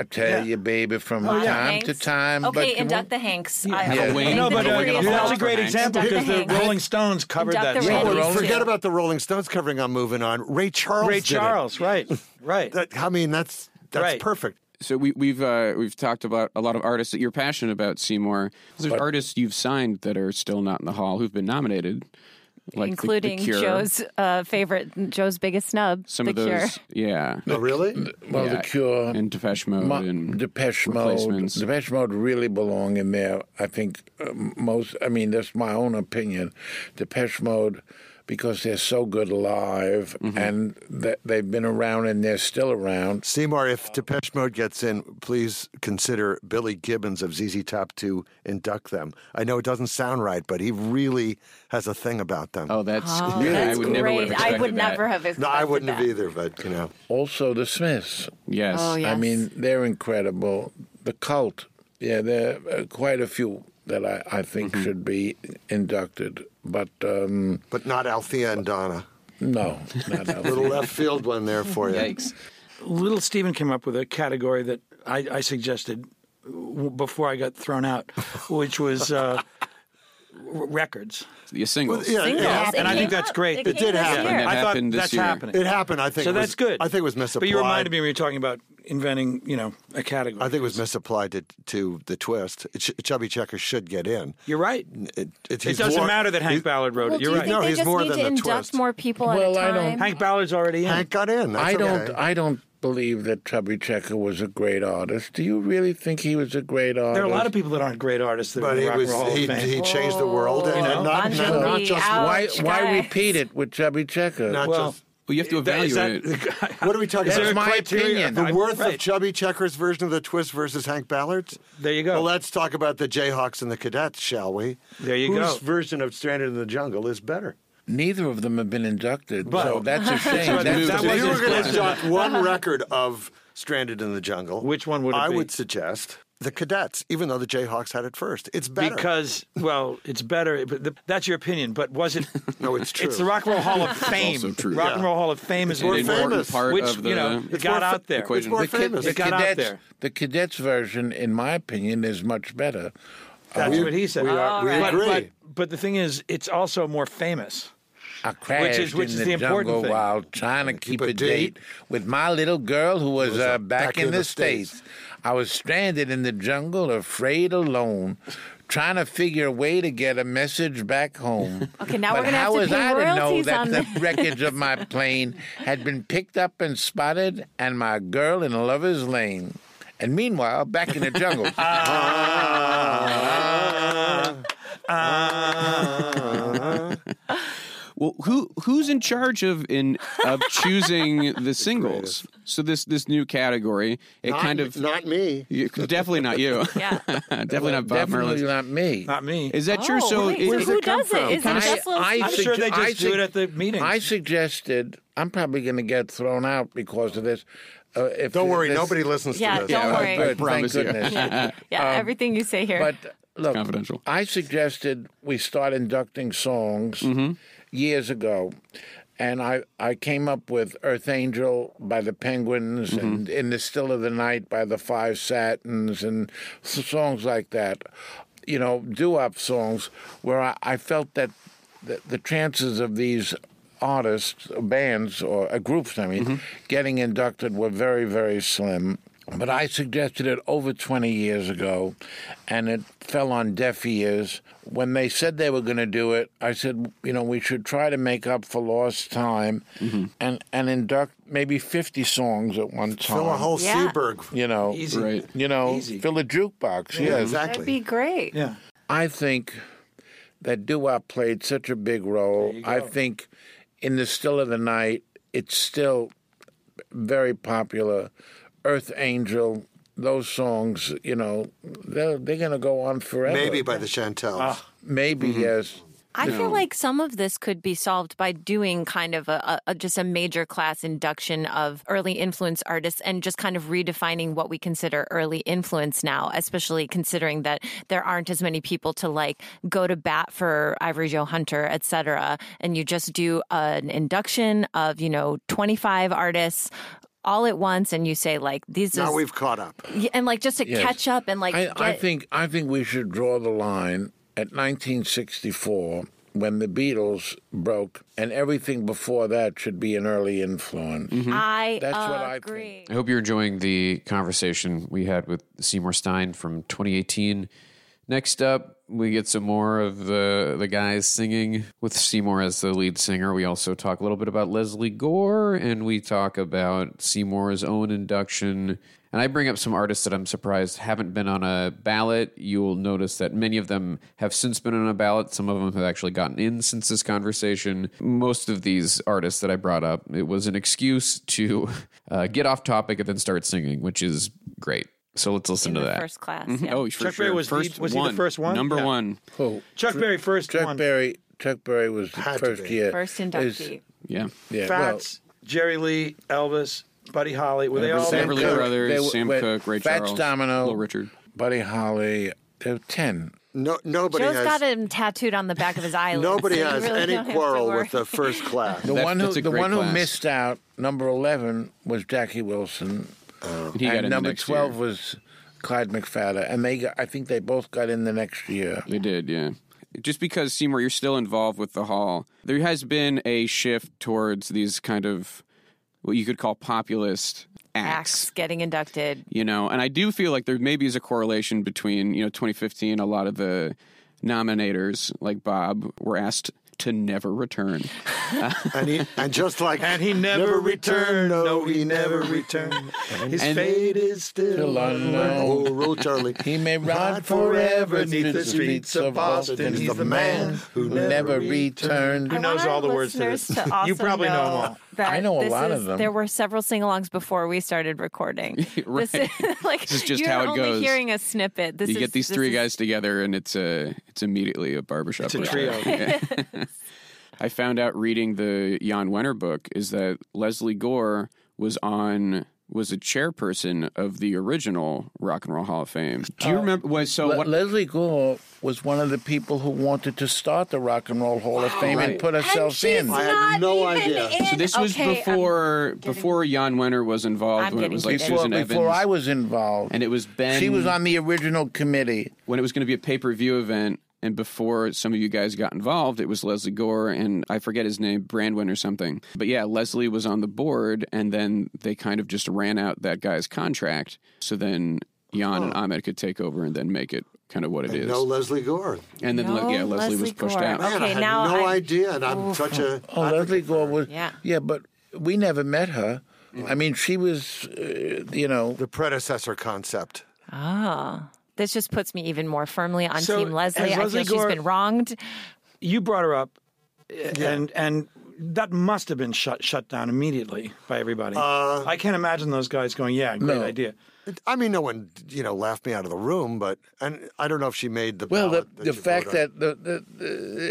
[SPEAKER 4] I tell
[SPEAKER 8] Yeah.
[SPEAKER 4] you, baby, from
[SPEAKER 6] Wow.
[SPEAKER 2] Oh,
[SPEAKER 4] time
[SPEAKER 6] Hanks.
[SPEAKER 4] to time.
[SPEAKER 6] Okay,
[SPEAKER 4] but you
[SPEAKER 6] induct
[SPEAKER 4] won't-
[SPEAKER 6] the Hanks. I,
[SPEAKER 1] Have a
[SPEAKER 6] I
[SPEAKER 1] wing.
[SPEAKER 6] think
[SPEAKER 8] No,
[SPEAKER 6] the
[SPEAKER 8] but uh,
[SPEAKER 6] jury is
[SPEAKER 8] that's
[SPEAKER 6] out.
[SPEAKER 8] a great
[SPEAKER 1] Hanks.
[SPEAKER 8] example
[SPEAKER 6] Induct
[SPEAKER 8] because
[SPEAKER 6] the
[SPEAKER 8] the
[SPEAKER 6] Hanks.
[SPEAKER 8] Rolling Stones covered
[SPEAKER 6] Induct
[SPEAKER 8] that
[SPEAKER 6] the
[SPEAKER 8] song.
[SPEAKER 5] Oh,
[SPEAKER 6] Rolling
[SPEAKER 5] and forget
[SPEAKER 6] Stones.
[SPEAKER 5] about the Rolling Stones covering on Moving On. Ray Charles.
[SPEAKER 8] Ray
[SPEAKER 5] did it.
[SPEAKER 8] Charles, right, right.
[SPEAKER 5] That, I mean, that's that's
[SPEAKER 8] Right.
[SPEAKER 5] perfect.
[SPEAKER 2] So we, we've uh, we've talked about a lot of artists that you're passionate about, Seymour. There's artists you've signed that are still not in the hall who've been nominated, like the- The
[SPEAKER 3] including
[SPEAKER 2] Cure,
[SPEAKER 3] Joe's uh, favorite, Joe's biggest snub,
[SPEAKER 2] Some
[SPEAKER 3] The
[SPEAKER 2] of those,
[SPEAKER 3] Cure.
[SPEAKER 2] yeah,
[SPEAKER 5] Oh, really?
[SPEAKER 4] Well,
[SPEAKER 2] Yeah,
[SPEAKER 4] the Cure,
[SPEAKER 2] and Depeche Mode,
[SPEAKER 4] Mo-
[SPEAKER 2] and
[SPEAKER 4] Depeche Mode,
[SPEAKER 2] Replacements.
[SPEAKER 4] Depeche Mode really belong in there. I think uh, most. I mean, that's my own opinion. Depeche Mode, because they're so good live,
[SPEAKER 2] Mm-hmm.
[SPEAKER 4] and th- they've been around and they're still around.
[SPEAKER 5] Seymour, if Depeche Mode gets in, please consider Billy Gibbons of ZZ Top to induct them. I know it doesn't sound right, but he really has a thing about them.
[SPEAKER 2] oh, that's
[SPEAKER 6] Oh,
[SPEAKER 2] yeah,
[SPEAKER 6] that's
[SPEAKER 2] I would
[SPEAKER 6] great.
[SPEAKER 2] never have
[SPEAKER 6] I would
[SPEAKER 2] expected that.
[SPEAKER 6] never have expected
[SPEAKER 5] no, I wouldn't
[SPEAKER 6] that.
[SPEAKER 5] have either, but you know.
[SPEAKER 4] Also, the Smiths.
[SPEAKER 2] Yes,
[SPEAKER 6] Oh, yeah.
[SPEAKER 4] I
[SPEAKER 6] Yes.
[SPEAKER 4] mean, they're incredible. The cult. Yeah, there are quite a few that I, I think
[SPEAKER 2] Mm-hmm.
[SPEAKER 4] should be inducted, but um,
[SPEAKER 5] But not Althea and Donna.
[SPEAKER 4] no, not out
[SPEAKER 5] Little left field one there for you.
[SPEAKER 2] yikes.
[SPEAKER 8] Little Steven came up with a category that I, I suggested w- before I got thrown out, which was uh, r- records.
[SPEAKER 2] Yeah, singles.
[SPEAKER 5] Yeah,
[SPEAKER 3] Singles.
[SPEAKER 5] yeah.
[SPEAKER 8] And I
[SPEAKER 3] It
[SPEAKER 8] think
[SPEAKER 3] came
[SPEAKER 8] that's
[SPEAKER 3] up-
[SPEAKER 8] great.
[SPEAKER 3] It,
[SPEAKER 8] It
[SPEAKER 5] did
[SPEAKER 3] did
[SPEAKER 2] And
[SPEAKER 5] happen.
[SPEAKER 2] that
[SPEAKER 8] I thought
[SPEAKER 2] happened this
[SPEAKER 8] that's
[SPEAKER 2] year.
[SPEAKER 8] happening.
[SPEAKER 5] It happened. I think.
[SPEAKER 8] so
[SPEAKER 5] it was-
[SPEAKER 8] that's good.
[SPEAKER 5] I think it was misapplied.
[SPEAKER 8] But you reminded me when you were talking about inventing, you know, a category.
[SPEAKER 5] I think it was misapplied to, to the twist. Ch- Chubby Checker should get in.
[SPEAKER 8] You're right.
[SPEAKER 5] It, it,
[SPEAKER 8] It
[SPEAKER 5] he's
[SPEAKER 8] doesn't
[SPEAKER 5] more-
[SPEAKER 8] matter that Hank
[SPEAKER 5] he-
[SPEAKER 8] Ballard wrote
[SPEAKER 6] Well,
[SPEAKER 8] it.
[SPEAKER 6] do you
[SPEAKER 8] You're right.
[SPEAKER 6] think
[SPEAKER 5] No,
[SPEAKER 6] they
[SPEAKER 5] he's
[SPEAKER 6] just
[SPEAKER 5] more
[SPEAKER 6] need
[SPEAKER 5] than
[SPEAKER 6] to
[SPEAKER 5] the
[SPEAKER 6] induct
[SPEAKER 5] twist.
[SPEAKER 6] more people at a
[SPEAKER 4] Well, I
[SPEAKER 6] time?
[SPEAKER 4] don't-
[SPEAKER 8] Hank Ballard's already in.
[SPEAKER 5] Hank got in. That's
[SPEAKER 4] I don't.
[SPEAKER 5] okay.
[SPEAKER 4] I don't believe that Chubby Checker was a great artist. Do you really think he was a great artist?
[SPEAKER 8] there are a lot of people that aren't great artists that are
[SPEAKER 5] But he
[SPEAKER 8] in the Rock and
[SPEAKER 5] was
[SPEAKER 8] Roll Hall of
[SPEAKER 5] he,
[SPEAKER 8] Fame.
[SPEAKER 5] he changed the world
[SPEAKER 8] Oh,
[SPEAKER 5] and, and not,
[SPEAKER 6] Bon
[SPEAKER 5] not, not
[SPEAKER 6] Jovi,
[SPEAKER 5] just
[SPEAKER 6] Al-
[SPEAKER 4] Why?
[SPEAKER 6] Ouch,
[SPEAKER 4] Why
[SPEAKER 6] guys.
[SPEAKER 4] repeat it with Chubby Checker?
[SPEAKER 5] not
[SPEAKER 8] Well,
[SPEAKER 5] just
[SPEAKER 2] Well, you have to
[SPEAKER 8] That- is
[SPEAKER 2] evaluate.
[SPEAKER 8] that-
[SPEAKER 5] What are we talking
[SPEAKER 8] Is
[SPEAKER 5] about?
[SPEAKER 8] there a
[SPEAKER 4] That's my
[SPEAKER 8] criteria?
[SPEAKER 4] opinion.
[SPEAKER 5] the
[SPEAKER 8] I'm-
[SPEAKER 5] worth of
[SPEAKER 8] right.
[SPEAKER 5] Chubby Checker's version of the twist versus Hank Ballard's.
[SPEAKER 8] There you go.
[SPEAKER 5] Well, let's talk about the Jayhawks and the Cadets, shall we?
[SPEAKER 8] There you
[SPEAKER 5] Whose
[SPEAKER 8] go.
[SPEAKER 5] version of Stranded in the Jungle is better?
[SPEAKER 4] Neither of them have been inducted,
[SPEAKER 5] But-
[SPEAKER 4] so that's a shame.
[SPEAKER 8] But
[SPEAKER 4] That's-
[SPEAKER 8] that
[SPEAKER 5] If you
[SPEAKER 8] wasn't-
[SPEAKER 5] were going to jot one record of Stranded in the Jungle,
[SPEAKER 8] Which one would it
[SPEAKER 5] I
[SPEAKER 8] be?
[SPEAKER 5] would suggest the Cadets, even though the Jayhawks had it first. It's better.
[SPEAKER 8] Because, well, it's better. But the, that's your opinion. But was it?
[SPEAKER 5] No, it's true.
[SPEAKER 8] the Rock and Roll Hall of Fame.
[SPEAKER 2] also true.
[SPEAKER 8] Rock and
[SPEAKER 5] Yeah.
[SPEAKER 8] Roll Hall of Fame is
[SPEAKER 5] more
[SPEAKER 8] what it is.
[SPEAKER 5] famous.
[SPEAKER 2] important part
[SPEAKER 8] Which
[SPEAKER 2] of the
[SPEAKER 8] you know
[SPEAKER 5] It's
[SPEAKER 8] got
[SPEAKER 5] more
[SPEAKER 8] out
[SPEAKER 5] fa-
[SPEAKER 8] there.
[SPEAKER 5] It's more
[SPEAKER 4] the, kid,
[SPEAKER 5] famous.
[SPEAKER 4] the
[SPEAKER 8] It got out
[SPEAKER 4] cadets,
[SPEAKER 8] there.
[SPEAKER 4] the cadets version, in my opinion, is much better.
[SPEAKER 8] That's what he said.
[SPEAKER 5] we, are, we
[SPEAKER 6] All right.
[SPEAKER 8] But,
[SPEAKER 5] agree.
[SPEAKER 8] but, but the thing is, it's also more famous.
[SPEAKER 4] I crashed
[SPEAKER 8] is- which
[SPEAKER 4] in
[SPEAKER 8] is
[SPEAKER 4] the,
[SPEAKER 8] the important
[SPEAKER 4] jungle
[SPEAKER 8] thing.
[SPEAKER 4] while trying to keep
[SPEAKER 5] a
[SPEAKER 4] a
[SPEAKER 5] date.
[SPEAKER 4] date with my little girl who was, uh, back, in, the,
[SPEAKER 5] States.
[SPEAKER 4] States. I was stranded in the jungle, afraid alone, trying to figure a way to get a message back home.
[SPEAKER 6] Okay, now
[SPEAKER 4] but
[SPEAKER 6] we're gonna
[SPEAKER 4] how
[SPEAKER 6] have to
[SPEAKER 4] was
[SPEAKER 6] pay
[SPEAKER 4] I to know
[SPEAKER 6] royalties
[SPEAKER 4] that
[SPEAKER 6] on
[SPEAKER 4] the
[SPEAKER 6] this?
[SPEAKER 4] wreckage of my plane had been picked up and spotted and my girl in lover's lane? And meanwhile, back in the jungle.
[SPEAKER 2] Well, who who's in charge of in of choosing the singles? So this this new category, it
[SPEAKER 5] Not-
[SPEAKER 2] kind of
[SPEAKER 5] not me.
[SPEAKER 2] you- definitely not you.
[SPEAKER 6] Yeah.
[SPEAKER 2] definitely not Bob
[SPEAKER 4] Definitely
[SPEAKER 2] Merlin.
[SPEAKER 4] not me.
[SPEAKER 8] Not me.
[SPEAKER 2] Is that true?
[SPEAKER 6] Oh,
[SPEAKER 2] So
[SPEAKER 6] wait,
[SPEAKER 2] it-
[SPEAKER 6] so
[SPEAKER 2] it-
[SPEAKER 6] who does it? Is it
[SPEAKER 4] I-
[SPEAKER 6] just little
[SPEAKER 4] I
[SPEAKER 6] Steve?
[SPEAKER 8] I'm sure they
[SPEAKER 4] sugge-
[SPEAKER 8] just
[SPEAKER 4] I
[SPEAKER 8] do it
[SPEAKER 4] sug-
[SPEAKER 8] at the meetings.
[SPEAKER 4] I suggested I'm probably going to get thrown out because of this. Uh, if
[SPEAKER 5] Don't worry,
[SPEAKER 4] this-
[SPEAKER 5] nobody listens
[SPEAKER 6] Yeah,
[SPEAKER 5] to this.
[SPEAKER 6] don't
[SPEAKER 4] Oh,
[SPEAKER 6] worry.
[SPEAKER 4] good,
[SPEAKER 2] I promise you.
[SPEAKER 4] thank goodness.
[SPEAKER 6] yeah, everything you say here.
[SPEAKER 4] But look,
[SPEAKER 2] Confidential.
[SPEAKER 4] I suggested we start inducting songs years ago, and I I came up with Earth Angel by the Penguins and In the Still of the Night by the Five Satins and s- songs like that. You know, doo-wop songs where I, I felt that the, the chances of these artists, or bands, or uh, groups, I mean, getting inducted were very, very slim. But I suggested it over 20 years ago, and it fell on deaf ears. When they said they were going to do it, I said, you know, we should try to make up for lost time
[SPEAKER 8] Mm-hmm.
[SPEAKER 4] and, and induct maybe 50 songs at one time.
[SPEAKER 5] Fill a whole
[SPEAKER 6] Yeah.
[SPEAKER 5] Seaberg.
[SPEAKER 4] You know,
[SPEAKER 8] Easy.
[SPEAKER 2] Right.
[SPEAKER 4] you know,
[SPEAKER 8] Easy.
[SPEAKER 4] fill a jukebox.
[SPEAKER 5] Yeah,
[SPEAKER 4] yes.
[SPEAKER 6] That'd
[SPEAKER 5] exactly.
[SPEAKER 6] be great.
[SPEAKER 8] Yeah.
[SPEAKER 4] I think that doo-wop played such a big role. I think in the still of the night, it's still very popular. Earth Angel, those songs, you know, they're, they're going to go on forever.
[SPEAKER 5] Maybe Mm-hmm. by the Chantels.
[SPEAKER 8] Ah.
[SPEAKER 4] Maybe, yes.
[SPEAKER 6] I feel like some of this could be solved by doing kind of a, a, a just a major class induction of early influence artists and just kind of redefining what we consider early influence now, especially considering that there aren't as many people to like go to bat for Ivory Joe Hunter, et cetera. And you just do an induction of, you know, 25 artists all at once and you say like these
[SPEAKER 5] now
[SPEAKER 6] is
[SPEAKER 5] we've caught up.
[SPEAKER 6] Yeah, and like just to
[SPEAKER 4] Yes.
[SPEAKER 6] catch up and like
[SPEAKER 4] I, I
[SPEAKER 6] get-
[SPEAKER 4] think I think we should draw the line at 1964 when the Beatles broke, and everything before that should be an early influence.
[SPEAKER 5] Mm-hmm.
[SPEAKER 6] I
[SPEAKER 4] That's what I think.
[SPEAKER 6] agree.
[SPEAKER 1] I hope you're enjoying the conversation we had with Seymour Stein from 2018. Next up, we get some more of the the guys singing with Seymour as the lead singer. We also talk a little bit about Leslie Gore, and we talk about Seymour's own induction. And I bring up some artists that I'm surprised haven't been on a ballot. You'll notice that many of them have since been on a ballot. Some of them have actually gotten in since this conversation. Most of these artists that I brought up, it was an excuse to uh, get off topic and then start singing, which is great. So let's listen to
[SPEAKER 6] the
[SPEAKER 1] that.
[SPEAKER 6] first class.
[SPEAKER 5] Mm-hmm.
[SPEAKER 2] Mhm.
[SPEAKER 6] yeah.
[SPEAKER 2] Oh, for
[SPEAKER 8] Chuck
[SPEAKER 2] sure.
[SPEAKER 8] Berry was the-
[SPEAKER 2] first
[SPEAKER 8] was he the
[SPEAKER 2] one.
[SPEAKER 8] first one?
[SPEAKER 2] Number
[SPEAKER 8] Yeah.
[SPEAKER 2] one.
[SPEAKER 4] Cool.
[SPEAKER 8] Chuck Berry first
[SPEAKER 4] Chuck
[SPEAKER 8] one.
[SPEAKER 4] Berry. Chuck Berry was the
[SPEAKER 5] Had to
[SPEAKER 4] first
[SPEAKER 5] be.
[SPEAKER 4] year.
[SPEAKER 6] First
[SPEAKER 4] Is-
[SPEAKER 6] inductee.
[SPEAKER 2] Yeah.
[SPEAKER 4] Yeah,
[SPEAKER 8] Fats, Jerry Lee, Elvis, Buddy Holly. Were they all
[SPEAKER 2] Sam
[SPEAKER 8] there?
[SPEAKER 2] Everly
[SPEAKER 4] Cooke.
[SPEAKER 2] Brothers,
[SPEAKER 4] They were-
[SPEAKER 2] Sam
[SPEAKER 4] wait,
[SPEAKER 2] Cooke, Ray
[SPEAKER 4] Fats
[SPEAKER 2] Charles,
[SPEAKER 4] Domino,
[SPEAKER 2] Little Richard.
[SPEAKER 4] Buddy Holly. There were ten.
[SPEAKER 5] No, nobody
[SPEAKER 6] Joe's
[SPEAKER 5] has
[SPEAKER 6] got him tattooed on the back of his eyelid.
[SPEAKER 5] nobody
[SPEAKER 6] so you
[SPEAKER 5] has
[SPEAKER 6] really don't
[SPEAKER 5] any
[SPEAKER 6] have to
[SPEAKER 5] quarrel
[SPEAKER 6] worry.
[SPEAKER 5] with the first class.
[SPEAKER 4] The
[SPEAKER 2] That-
[SPEAKER 4] one who
[SPEAKER 2] that's a
[SPEAKER 4] the
[SPEAKER 2] great
[SPEAKER 4] one
[SPEAKER 2] class.
[SPEAKER 4] who missed out, number eleven was Jackie Wilson,
[SPEAKER 2] He got in
[SPEAKER 4] and
[SPEAKER 2] the
[SPEAKER 4] number
[SPEAKER 2] next
[SPEAKER 4] twelve
[SPEAKER 2] year.
[SPEAKER 4] was Clyde McFadden, and they got, I think they both got in the next year.
[SPEAKER 2] They did, yeah. Just because Seymour, you're still involved with the hall, there has been a shift towards these kind of what you could call populist acts.
[SPEAKER 6] Acts getting inducted.
[SPEAKER 2] you know and i do feel like there maybe is a correlation between you know 2015 a lot of the nominators like bob were asked to never return
[SPEAKER 5] and, he, and just like
[SPEAKER 8] And he never, returned. No, he never returned. His
[SPEAKER 2] And-
[SPEAKER 8] fate is still
[SPEAKER 4] Still
[SPEAKER 8] unknown.
[SPEAKER 4] unknown.
[SPEAKER 5] Oh, roll Charlie.
[SPEAKER 4] He may ride
[SPEAKER 8] Ride forever
[SPEAKER 4] forever
[SPEAKER 8] 'neath
[SPEAKER 4] neath
[SPEAKER 8] the streets of Boston. He's the man
[SPEAKER 4] who never returned.
[SPEAKER 6] I
[SPEAKER 8] knows
[SPEAKER 6] want our
[SPEAKER 8] all the words to
[SPEAKER 6] listeners
[SPEAKER 8] this?
[SPEAKER 6] To
[SPEAKER 8] You
[SPEAKER 6] also
[SPEAKER 8] probably know them all.
[SPEAKER 6] that
[SPEAKER 4] I know a
[SPEAKER 6] this
[SPEAKER 4] lot
[SPEAKER 6] is-
[SPEAKER 4] of them.
[SPEAKER 6] There were several sing-alongs before we started recording.
[SPEAKER 2] Right.
[SPEAKER 6] This is like
[SPEAKER 2] is just
[SPEAKER 6] you're
[SPEAKER 2] how it
[SPEAKER 6] only
[SPEAKER 2] goes.
[SPEAKER 6] hearing a snippet. This
[SPEAKER 2] you
[SPEAKER 6] is,
[SPEAKER 2] get these
[SPEAKER 6] this
[SPEAKER 2] three
[SPEAKER 6] is-
[SPEAKER 2] guys together and it's a it's immediately a barbershop
[SPEAKER 8] It's a
[SPEAKER 2] quartet.
[SPEAKER 8] trio.
[SPEAKER 2] Yeah. i found out reading the jan wenner book is that leslie gore was on was a chairperson of the original rock and roll hall of fame do you
[SPEAKER 6] Oh.
[SPEAKER 2] remember was so
[SPEAKER 4] Le-
[SPEAKER 2] what
[SPEAKER 4] Leslie Gore was one of the people who wanted to start the Rock and Roll Hall of Fame and put
[SPEAKER 6] And
[SPEAKER 4] herself
[SPEAKER 6] she's
[SPEAKER 4] in.
[SPEAKER 5] I had
[SPEAKER 6] not
[SPEAKER 5] no
[SPEAKER 6] even
[SPEAKER 5] idea.
[SPEAKER 6] in-
[SPEAKER 2] so this was
[SPEAKER 6] okay, I'm-
[SPEAKER 2] before before Jan Wenner was involved
[SPEAKER 6] I'm
[SPEAKER 2] when it
[SPEAKER 6] getting
[SPEAKER 2] was like
[SPEAKER 6] confused.
[SPEAKER 4] before,
[SPEAKER 2] Susan Evans.
[SPEAKER 4] before I was involved.
[SPEAKER 2] and it was Ben.
[SPEAKER 4] she was on the original committee.
[SPEAKER 2] when it was going to be a pay per view event.
[SPEAKER 1] And before some of you guys got involved, it was Leslie Gore and I forget his name, Brandwin or something. But yeah, Leslie was on the board, and then they kind of just ran out that guy's contract. So then Jan and Ahmed could take over and then make it kind of what it is.
[SPEAKER 5] No Leslie Gore.
[SPEAKER 1] and then,
[SPEAKER 6] No
[SPEAKER 1] yeah, Leslie, was
[SPEAKER 6] Leslie
[SPEAKER 1] pushed
[SPEAKER 6] Gore.
[SPEAKER 1] out.
[SPEAKER 5] Man, I
[SPEAKER 10] Okay,
[SPEAKER 5] had
[SPEAKER 10] now
[SPEAKER 5] no
[SPEAKER 10] I-
[SPEAKER 5] idea, and I'm such a.
[SPEAKER 4] Oh, Leslie Gore was.
[SPEAKER 6] Yeah.
[SPEAKER 4] Yeah, but we never met her. I mean, she was, uh, you know,
[SPEAKER 5] the predecessor concept.
[SPEAKER 6] Ah. This just puts me even more firmly on
[SPEAKER 8] So,
[SPEAKER 6] Team Leslie.
[SPEAKER 8] has
[SPEAKER 6] I
[SPEAKER 8] Leslie
[SPEAKER 6] feel
[SPEAKER 8] Gore-
[SPEAKER 6] she's been wronged.
[SPEAKER 8] you brought her up, and and that must have been shut shut down immediately by everybody.
[SPEAKER 4] Uh,
[SPEAKER 8] I can't imagine those guys going, "Yeah, great idea."
[SPEAKER 5] I mean, no one you know laughed me out of the room, but and I don't know if she made the.
[SPEAKER 4] well, the,
[SPEAKER 5] ballot
[SPEAKER 4] the,
[SPEAKER 5] that you
[SPEAKER 4] fact
[SPEAKER 5] vote on.
[SPEAKER 4] that the, the,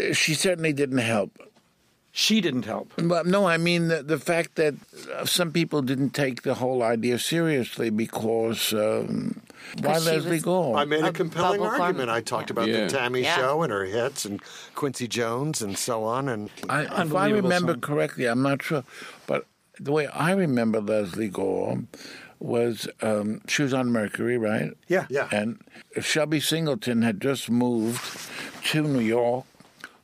[SPEAKER 4] the, she certainly didn't help.
[SPEAKER 8] She didn't help.
[SPEAKER 4] But no, I mean the, the fact that uh, some people didn't take the whole idea seriously because um, why
[SPEAKER 6] Because she
[SPEAKER 4] Leslie
[SPEAKER 6] was-
[SPEAKER 4] Gore?
[SPEAKER 5] I made a
[SPEAKER 6] a
[SPEAKER 5] compelling
[SPEAKER 6] bubble farm.
[SPEAKER 5] argument. I talked about
[SPEAKER 1] Yeah.
[SPEAKER 5] the Tammy
[SPEAKER 6] Yeah.
[SPEAKER 5] show and her hits and Quincy Jones and so on. And
[SPEAKER 4] I, if I
[SPEAKER 8] Unbelievable
[SPEAKER 4] remember
[SPEAKER 8] song.
[SPEAKER 4] correctly, I'm not sure, but the way I remember Leslie Gore was um, she was on Mercury, right?
[SPEAKER 8] Yeah.
[SPEAKER 5] Yeah.
[SPEAKER 4] And Shelby Singleton had just moved to New York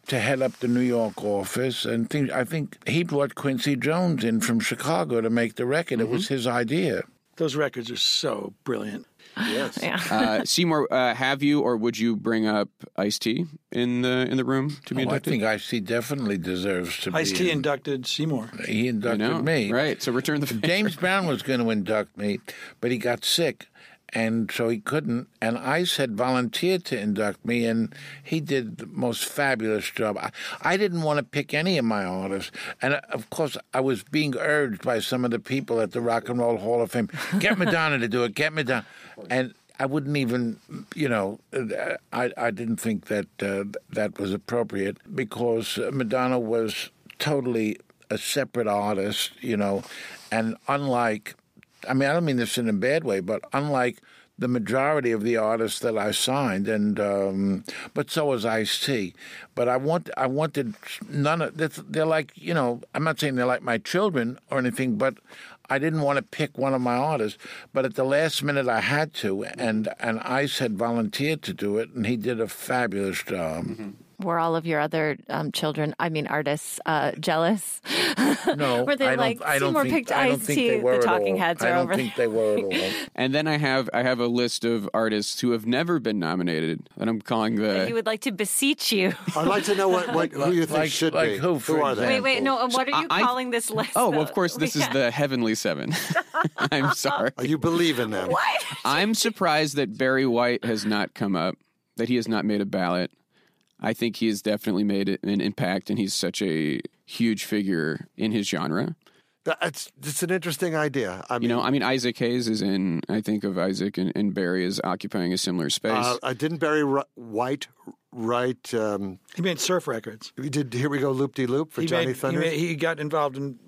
[SPEAKER 4] to head up the New York office, and think, I think he brought Quincy Jones in from Chicago to make the record. It
[SPEAKER 8] Mm-hmm.
[SPEAKER 4] was his idea.
[SPEAKER 8] Those records are so brilliant.
[SPEAKER 5] yes,
[SPEAKER 1] Uh, Seymour, uh, have you or would you bring up Ice T in the in the room to be
[SPEAKER 4] Oh, I
[SPEAKER 1] inducted?
[SPEAKER 4] think Ice-T definitely deserves to
[SPEAKER 8] Ice
[SPEAKER 4] be.
[SPEAKER 8] T
[SPEAKER 4] in.
[SPEAKER 8] inducted Seymour.
[SPEAKER 4] he inducted
[SPEAKER 1] No,
[SPEAKER 4] me.
[SPEAKER 1] right? So return the favor.
[SPEAKER 4] James Brown was going to induct me, but he got sick, and so he couldn't. And Ice had volunteered to induct me, and he did the most fabulous job. I, I didn't want to pick any of my artists, and uh, of course, I was being urged by some of the people at the Rock and Roll Hall of Fame, get Madonna to do it, get Madonna, and. I wouldn't even, you know, uh, I, I didn't think that uh, that was appropriate because Madonna was totally a separate artist, you know, and unlike, I mean, I don't mean this in a bad way, but unlike the majority of the artists that I signed, and um, but so was Ice T. But I want, I wanted none of that's They're like, you know, I'm not saying they're like my children or anything, but I didn't want to pick one of my artists. But at the last minute, I had to, and and Ice had volunteered to do it, and he did a fabulous job.
[SPEAKER 6] Were all of your other um, children, I mean artists, uh, jealous?
[SPEAKER 4] No,
[SPEAKER 6] Were they
[SPEAKER 4] I don't,
[SPEAKER 6] like,
[SPEAKER 4] I don't
[SPEAKER 6] Seymour
[SPEAKER 4] think,
[SPEAKER 6] picked
[SPEAKER 4] I don't
[SPEAKER 6] Ice-T,
[SPEAKER 4] think they
[SPEAKER 6] the
[SPEAKER 4] were at
[SPEAKER 6] talking
[SPEAKER 4] all.
[SPEAKER 6] heads
[SPEAKER 4] I
[SPEAKER 6] are
[SPEAKER 4] don't
[SPEAKER 6] over
[SPEAKER 4] think they were at all.
[SPEAKER 1] And then I have I have a list of artists who have never been nominated, and I'm calling
[SPEAKER 6] He
[SPEAKER 1] the.
[SPEAKER 6] would like to beseech you.
[SPEAKER 5] I'd like to know what, what who you think
[SPEAKER 4] like-
[SPEAKER 5] should
[SPEAKER 4] like
[SPEAKER 5] be.
[SPEAKER 4] who, for
[SPEAKER 5] are they?
[SPEAKER 6] Wait, wait, no. and What are you
[SPEAKER 1] Oh, I- I-
[SPEAKER 6] calling this list?
[SPEAKER 1] Oh,
[SPEAKER 6] though?
[SPEAKER 1] well, of course, this is
[SPEAKER 6] Yeah.
[SPEAKER 1] the Heavenly Seven. I'm sorry.
[SPEAKER 5] Are you believe in them? What?
[SPEAKER 1] I'm surprised that Barry White has not come up, that he has not made a ballot. I think he has definitely made an impact, and he's such a huge figure in his genre.
[SPEAKER 5] That's it's an interesting idea. I mean,
[SPEAKER 1] You know, I mean, Isaac Hayes is in. I think of Isaac and, and Barry as occupying a similar space.
[SPEAKER 5] uh, I didn't Barry Ri- White write. Um,
[SPEAKER 8] He made surf records.
[SPEAKER 5] we did here we go loop de loop for
[SPEAKER 8] He
[SPEAKER 5] Johnny
[SPEAKER 8] made, he,
[SPEAKER 5] Thunder.
[SPEAKER 8] made, he got involved in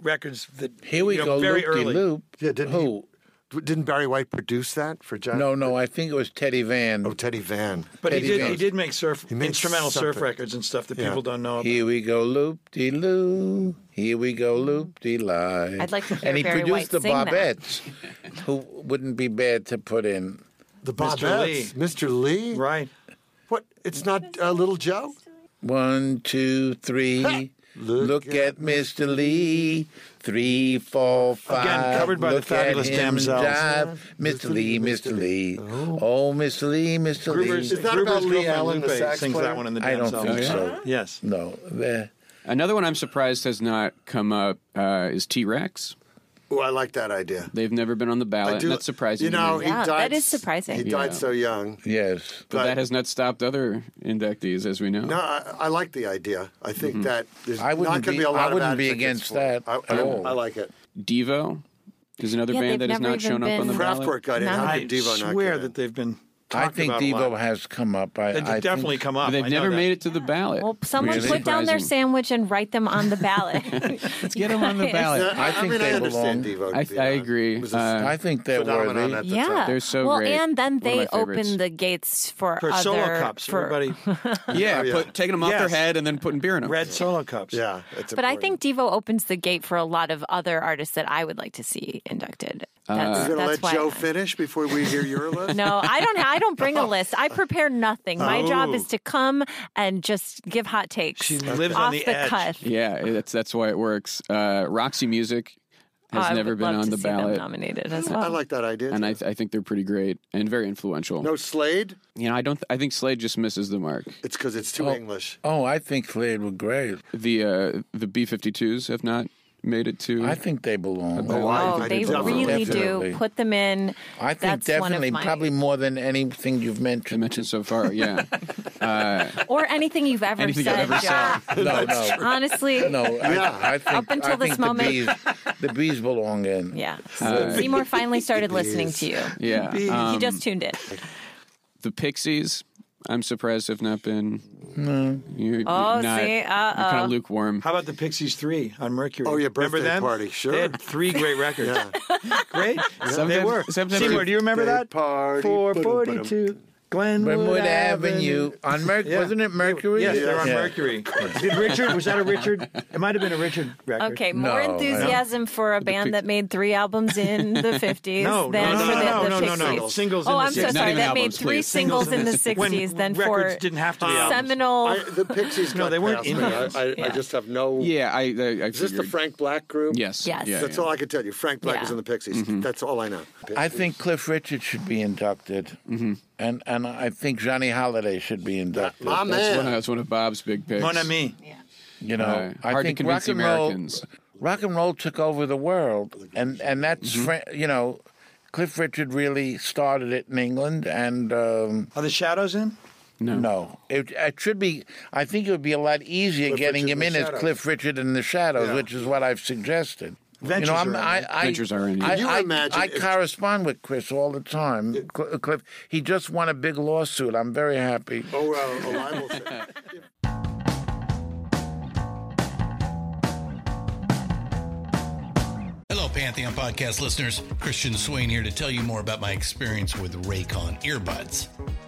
[SPEAKER 8] records that
[SPEAKER 4] Here we
[SPEAKER 8] you know,
[SPEAKER 4] go,
[SPEAKER 8] very
[SPEAKER 4] loop de
[SPEAKER 8] early.
[SPEAKER 4] loop.
[SPEAKER 5] Yeah, didn't he-
[SPEAKER 4] Who?
[SPEAKER 5] didn't Barry White produce that for Johnny?
[SPEAKER 4] No, no, I think it was Teddy Van.
[SPEAKER 5] Oh, Teddy Van.
[SPEAKER 8] But he
[SPEAKER 4] Eddie
[SPEAKER 8] did.
[SPEAKER 4] Van.
[SPEAKER 8] He did make surf
[SPEAKER 5] made
[SPEAKER 8] instrumental surf
[SPEAKER 5] something.
[SPEAKER 8] records and stuff that people don't know. about.
[SPEAKER 4] Here we go, loop de loo. Here we go, loop de lie.
[SPEAKER 6] Mm-hmm. I'd like to hear
[SPEAKER 4] And he
[SPEAKER 6] Barry
[SPEAKER 4] produced
[SPEAKER 6] White
[SPEAKER 4] the
[SPEAKER 6] sing that.
[SPEAKER 4] Bobettes, who wouldn't be bad to put in.
[SPEAKER 5] The
[SPEAKER 8] Mr.
[SPEAKER 5] Bobettes, Mr. Lee.
[SPEAKER 8] Right.
[SPEAKER 5] What? It's not uh, Little Joe.
[SPEAKER 4] One, two, three. Look, at, Mr. Lee. Three, four, five.
[SPEAKER 8] covered by the
[SPEAKER 4] Look at
[SPEAKER 8] fabulous
[SPEAKER 4] him
[SPEAKER 8] damsels.
[SPEAKER 4] jive. Mr. Lee, Mr. Lee. Oh, Mr. Lee, Mr.
[SPEAKER 8] Gruber's,
[SPEAKER 4] Lee.
[SPEAKER 5] that
[SPEAKER 8] Gruber's
[SPEAKER 5] about Lee
[SPEAKER 8] girlfriend
[SPEAKER 5] Allen, the
[SPEAKER 8] Lupe
[SPEAKER 5] sax
[SPEAKER 8] sings
[SPEAKER 5] player?
[SPEAKER 8] that one in the
[SPEAKER 4] I don't
[SPEAKER 8] damsel.
[SPEAKER 4] think so.
[SPEAKER 8] Yes.
[SPEAKER 4] No, there.
[SPEAKER 1] Another one I'm surprised has not come up uh, is T Rex.
[SPEAKER 5] Oh, I like that idea.
[SPEAKER 1] They've never been on the ballot. and that's surprising.
[SPEAKER 5] You
[SPEAKER 1] to
[SPEAKER 5] know,
[SPEAKER 1] me.
[SPEAKER 5] he
[SPEAKER 6] Yeah,
[SPEAKER 5] died.
[SPEAKER 6] that is
[SPEAKER 5] s-
[SPEAKER 6] surprising.
[SPEAKER 5] He
[SPEAKER 1] Yeah.
[SPEAKER 5] died so young.
[SPEAKER 4] Yes.
[SPEAKER 1] but that has not stopped other inductees, as we know.
[SPEAKER 5] No, I, I like the idea. I think that there's
[SPEAKER 4] I wouldn't
[SPEAKER 5] not going
[SPEAKER 4] be-
[SPEAKER 5] to be a lot
[SPEAKER 4] I
[SPEAKER 5] of
[SPEAKER 4] wouldn't be
[SPEAKER 5] advocates
[SPEAKER 4] against
[SPEAKER 5] for
[SPEAKER 4] that
[SPEAKER 5] it. I,
[SPEAKER 4] at
[SPEAKER 5] I,
[SPEAKER 4] all.
[SPEAKER 5] I like it.
[SPEAKER 1] Devo is another
[SPEAKER 6] Yeah,
[SPEAKER 1] band
[SPEAKER 6] they've
[SPEAKER 1] that has
[SPEAKER 6] never
[SPEAKER 1] not
[SPEAKER 6] even
[SPEAKER 1] shown up on
[SPEAKER 6] been-
[SPEAKER 1] the
[SPEAKER 5] Kraftwerk
[SPEAKER 1] ballot.
[SPEAKER 5] got in. How
[SPEAKER 8] I
[SPEAKER 5] did Devo not
[SPEAKER 8] swear
[SPEAKER 5] get in?
[SPEAKER 8] that they've been.
[SPEAKER 4] I
[SPEAKER 8] talked
[SPEAKER 4] think
[SPEAKER 8] about a lot.
[SPEAKER 4] Devo has come up. I,
[SPEAKER 8] They
[SPEAKER 4] I
[SPEAKER 8] definitely
[SPEAKER 4] think,
[SPEAKER 8] come up.
[SPEAKER 1] They've
[SPEAKER 8] I know
[SPEAKER 1] never
[SPEAKER 8] that.
[SPEAKER 1] made it to the ballot.
[SPEAKER 6] Well, someone
[SPEAKER 1] Really
[SPEAKER 6] put down their
[SPEAKER 1] surprising.
[SPEAKER 6] sandwich and write them on the ballot.
[SPEAKER 1] Let's get them on the ballot.
[SPEAKER 4] I think
[SPEAKER 5] mean,
[SPEAKER 4] they
[SPEAKER 5] I understand Devo.
[SPEAKER 4] belong.
[SPEAKER 5] to
[SPEAKER 1] I-
[SPEAKER 5] be
[SPEAKER 1] I
[SPEAKER 5] honest.
[SPEAKER 1] agree.
[SPEAKER 5] It was a
[SPEAKER 1] Uh,
[SPEAKER 4] I think they're
[SPEAKER 5] phenomenon
[SPEAKER 4] worthy.
[SPEAKER 5] at the
[SPEAKER 6] yeah.
[SPEAKER 5] time.
[SPEAKER 1] They're so
[SPEAKER 6] well,
[SPEAKER 1] great.
[SPEAKER 6] and then
[SPEAKER 1] One of my
[SPEAKER 6] they
[SPEAKER 1] favorites.
[SPEAKER 6] open the gates for,
[SPEAKER 8] for
[SPEAKER 6] other
[SPEAKER 8] solo cups.
[SPEAKER 6] for-
[SPEAKER 8] Everybody
[SPEAKER 1] yeah,
[SPEAKER 5] yeah.
[SPEAKER 1] Put, taking them off
[SPEAKER 8] Yes.
[SPEAKER 1] their head and then putting beer in them.
[SPEAKER 8] red solo cups.
[SPEAKER 5] Yeah, it's
[SPEAKER 6] But I
[SPEAKER 5] important.
[SPEAKER 6] think Devo opens the gate for a lot of other artists that I would like to see inducted.
[SPEAKER 1] Uh,
[SPEAKER 6] That's,
[SPEAKER 5] You're gonna
[SPEAKER 6] that's
[SPEAKER 5] let
[SPEAKER 6] why.
[SPEAKER 5] Joe finish before we hear your list.
[SPEAKER 6] no, I don't. I don't bring a list. I prepare nothing. My job is to come and just give hot takes.
[SPEAKER 8] Oh. She lives
[SPEAKER 6] off
[SPEAKER 8] on the edge.
[SPEAKER 6] cuff.
[SPEAKER 2] Yeah, that's that's why it works. Uh, Roxy Music
[SPEAKER 6] Oh,
[SPEAKER 2] has
[SPEAKER 6] I
[SPEAKER 2] never
[SPEAKER 6] would
[SPEAKER 2] been
[SPEAKER 6] love
[SPEAKER 2] on
[SPEAKER 6] to
[SPEAKER 2] the
[SPEAKER 6] see them
[SPEAKER 2] ballot,
[SPEAKER 6] nominated as well.
[SPEAKER 5] I like that idea.
[SPEAKER 2] and I,
[SPEAKER 5] too.
[SPEAKER 2] I think they're pretty great and very influential.
[SPEAKER 5] no Slade.
[SPEAKER 2] You know, I don't. I think Slade just misses the mark.
[SPEAKER 5] It's because it's too English.
[SPEAKER 4] Oh, I think Slade were great.
[SPEAKER 2] The uh, the B 52s have not made it to.
[SPEAKER 4] I think they belong.
[SPEAKER 5] Oh, I-
[SPEAKER 6] Oh,
[SPEAKER 5] I
[SPEAKER 6] they
[SPEAKER 5] definitely-
[SPEAKER 6] really
[SPEAKER 4] Definitely.
[SPEAKER 6] do. Put them in.
[SPEAKER 4] I think
[SPEAKER 6] That's one of
[SPEAKER 4] definitely,
[SPEAKER 6] my-
[SPEAKER 4] probably more than anything you've
[SPEAKER 2] I
[SPEAKER 4] mentioned.
[SPEAKER 2] mentioned so far, yeah.
[SPEAKER 6] Or anything you've ever
[SPEAKER 2] Anything I've
[SPEAKER 6] said,
[SPEAKER 2] ever
[SPEAKER 6] Joe.
[SPEAKER 4] No, no,
[SPEAKER 6] Honestly,
[SPEAKER 4] no. I, I think,
[SPEAKER 6] Up until
[SPEAKER 4] I
[SPEAKER 6] this
[SPEAKER 4] think
[SPEAKER 6] moment.
[SPEAKER 4] the bees, the bees belong in.
[SPEAKER 6] yeah. Seymour finally started listening to you.
[SPEAKER 2] Yeah.
[SPEAKER 6] he
[SPEAKER 2] Um,
[SPEAKER 6] just tuned in.
[SPEAKER 2] the Pixies, I'm surprised have not been. You're,
[SPEAKER 6] Oh,
[SPEAKER 2] you're not,
[SPEAKER 6] see,
[SPEAKER 2] You're kind
[SPEAKER 6] uh
[SPEAKER 2] of lukewarm.
[SPEAKER 8] How about the Pixies three on Mercury?
[SPEAKER 5] Oh, yeah,
[SPEAKER 8] remember
[SPEAKER 5] birthday
[SPEAKER 8] them?
[SPEAKER 5] party,
[SPEAKER 8] They
[SPEAKER 5] sure.
[SPEAKER 8] had three great records. Great. They
[SPEAKER 2] Sometimes-
[SPEAKER 8] were.
[SPEAKER 2] sometimes-
[SPEAKER 8] Seymour, do you remember
[SPEAKER 5] Birthday
[SPEAKER 8] that?
[SPEAKER 5] party.
[SPEAKER 8] Four
[SPEAKER 5] Ba-dum, ba-dum.
[SPEAKER 8] forty-two. Glenwood,
[SPEAKER 4] Glenwood Avenue on Mercury.
[SPEAKER 8] Yeah.
[SPEAKER 4] Wasn't it Mercury?
[SPEAKER 8] Yes, they're on
[SPEAKER 4] Yeah.
[SPEAKER 8] Mercury. Did Richard? Was that a Richard? It might have been a Richard record.
[SPEAKER 6] Okay,
[SPEAKER 4] No,
[SPEAKER 6] more
[SPEAKER 4] I don't-
[SPEAKER 6] enthusiasm for a band that made three albums in the 50s
[SPEAKER 8] No,
[SPEAKER 6] than
[SPEAKER 8] no, no,
[SPEAKER 6] for the,
[SPEAKER 8] no,
[SPEAKER 6] the
[SPEAKER 8] no, no, no,
[SPEAKER 6] 60s.
[SPEAKER 8] Singles in
[SPEAKER 6] Oh,
[SPEAKER 8] the
[SPEAKER 6] I'm so
[SPEAKER 8] 60s.
[SPEAKER 2] Not
[SPEAKER 6] sorry.
[SPEAKER 2] even
[SPEAKER 6] That
[SPEAKER 2] albums,
[SPEAKER 6] made three
[SPEAKER 2] please.
[SPEAKER 6] singles, in the 60s,
[SPEAKER 8] When
[SPEAKER 6] then
[SPEAKER 8] records
[SPEAKER 6] four
[SPEAKER 8] didn't have to be albums.
[SPEAKER 6] seminal.
[SPEAKER 5] I, the Pixies.
[SPEAKER 8] No,
[SPEAKER 5] got
[SPEAKER 8] they weren't
[SPEAKER 5] past
[SPEAKER 8] in
[SPEAKER 5] me. I,
[SPEAKER 8] there.
[SPEAKER 5] I, I just have no.
[SPEAKER 2] yeah, I. I, I figured.
[SPEAKER 5] Is this the Frank Black group?
[SPEAKER 2] Yes.
[SPEAKER 6] Yes.
[SPEAKER 2] Yeah,
[SPEAKER 5] That's
[SPEAKER 2] yeah. Mm-hmm.
[SPEAKER 5] all I can tell you. Frank Black
[SPEAKER 6] Yeah.
[SPEAKER 5] was in the Pixies. That's all I know.
[SPEAKER 4] I think Cliff Richard should be inducted,
[SPEAKER 2] Mm-hmm.
[SPEAKER 4] and and I think Johnny Holiday should be inducted.
[SPEAKER 5] My
[SPEAKER 2] That's one,
[SPEAKER 5] man.
[SPEAKER 2] of, that's one of Bob's big picks.
[SPEAKER 8] Mon ami.
[SPEAKER 4] You know,
[SPEAKER 2] Uh,
[SPEAKER 4] Oh, I
[SPEAKER 2] hard to
[SPEAKER 4] think
[SPEAKER 2] convince
[SPEAKER 4] rock
[SPEAKER 2] the
[SPEAKER 4] and roll,
[SPEAKER 2] Americans.
[SPEAKER 4] rock and roll took over the world, and and that's
[SPEAKER 2] Mm-hmm.
[SPEAKER 4] Fra- you know, Cliff Richard really started it in England, and um,
[SPEAKER 8] Are the Shadows in?
[SPEAKER 4] no, It, it should be. I think it would be a lot easier getting
[SPEAKER 5] Richard
[SPEAKER 4] him
[SPEAKER 5] and
[SPEAKER 4] in
[SPEAKER 5] the
[SPEAKER 4] as
[SPEAKER 5] Shadows.
[SPEAKER 4] Cliff Richard in the Shadows,
[SPEAKER 5] Yeah.
[SPEAKER 4] which is what I've suggested.
[SPEAKER 8] Ventures
[SPEAKER 4] you know,
[SPEAKER 8] are
[SPEAKER 4] I'm,
[SPEAKER 8] in
[SPEAKER 4] I,
[SPEAKER 8] it.
[SPEAKER 4] I,
[SPEAKER 2] Ventures are in it.
[SPEAKER 4] I,
[SPEAKER 5] Can you
[SPEAKER 4] I,
[SPEAKER 5] imagine
[SPEAKER 4] I
[SPEAKER 5] if-
[SPEAKER 4] correspond with Chris all the time. Cl- Cliff, he just won a big lawsuit. I'm very happy.
[SPEAKER 5] Oh, uh, a libel thing.
[SPEAKER 11] Hello, Pantheon podcast listeners. Christian Swain here to tell you more about my experience with Raycon earbuds.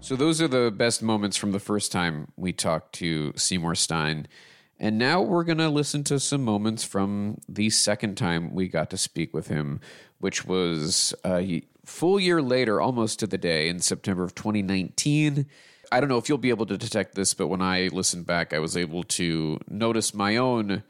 [SPEAKER 1] So those are the best moments from the first time we talked to Seymour Stein. And now we're going to listen to some moments from the second time we got to speak with him, which was a full year later, almost to the day, in September of 2019. I don't know if you'll be able to detect this, but when I listened back, I was able to notice my own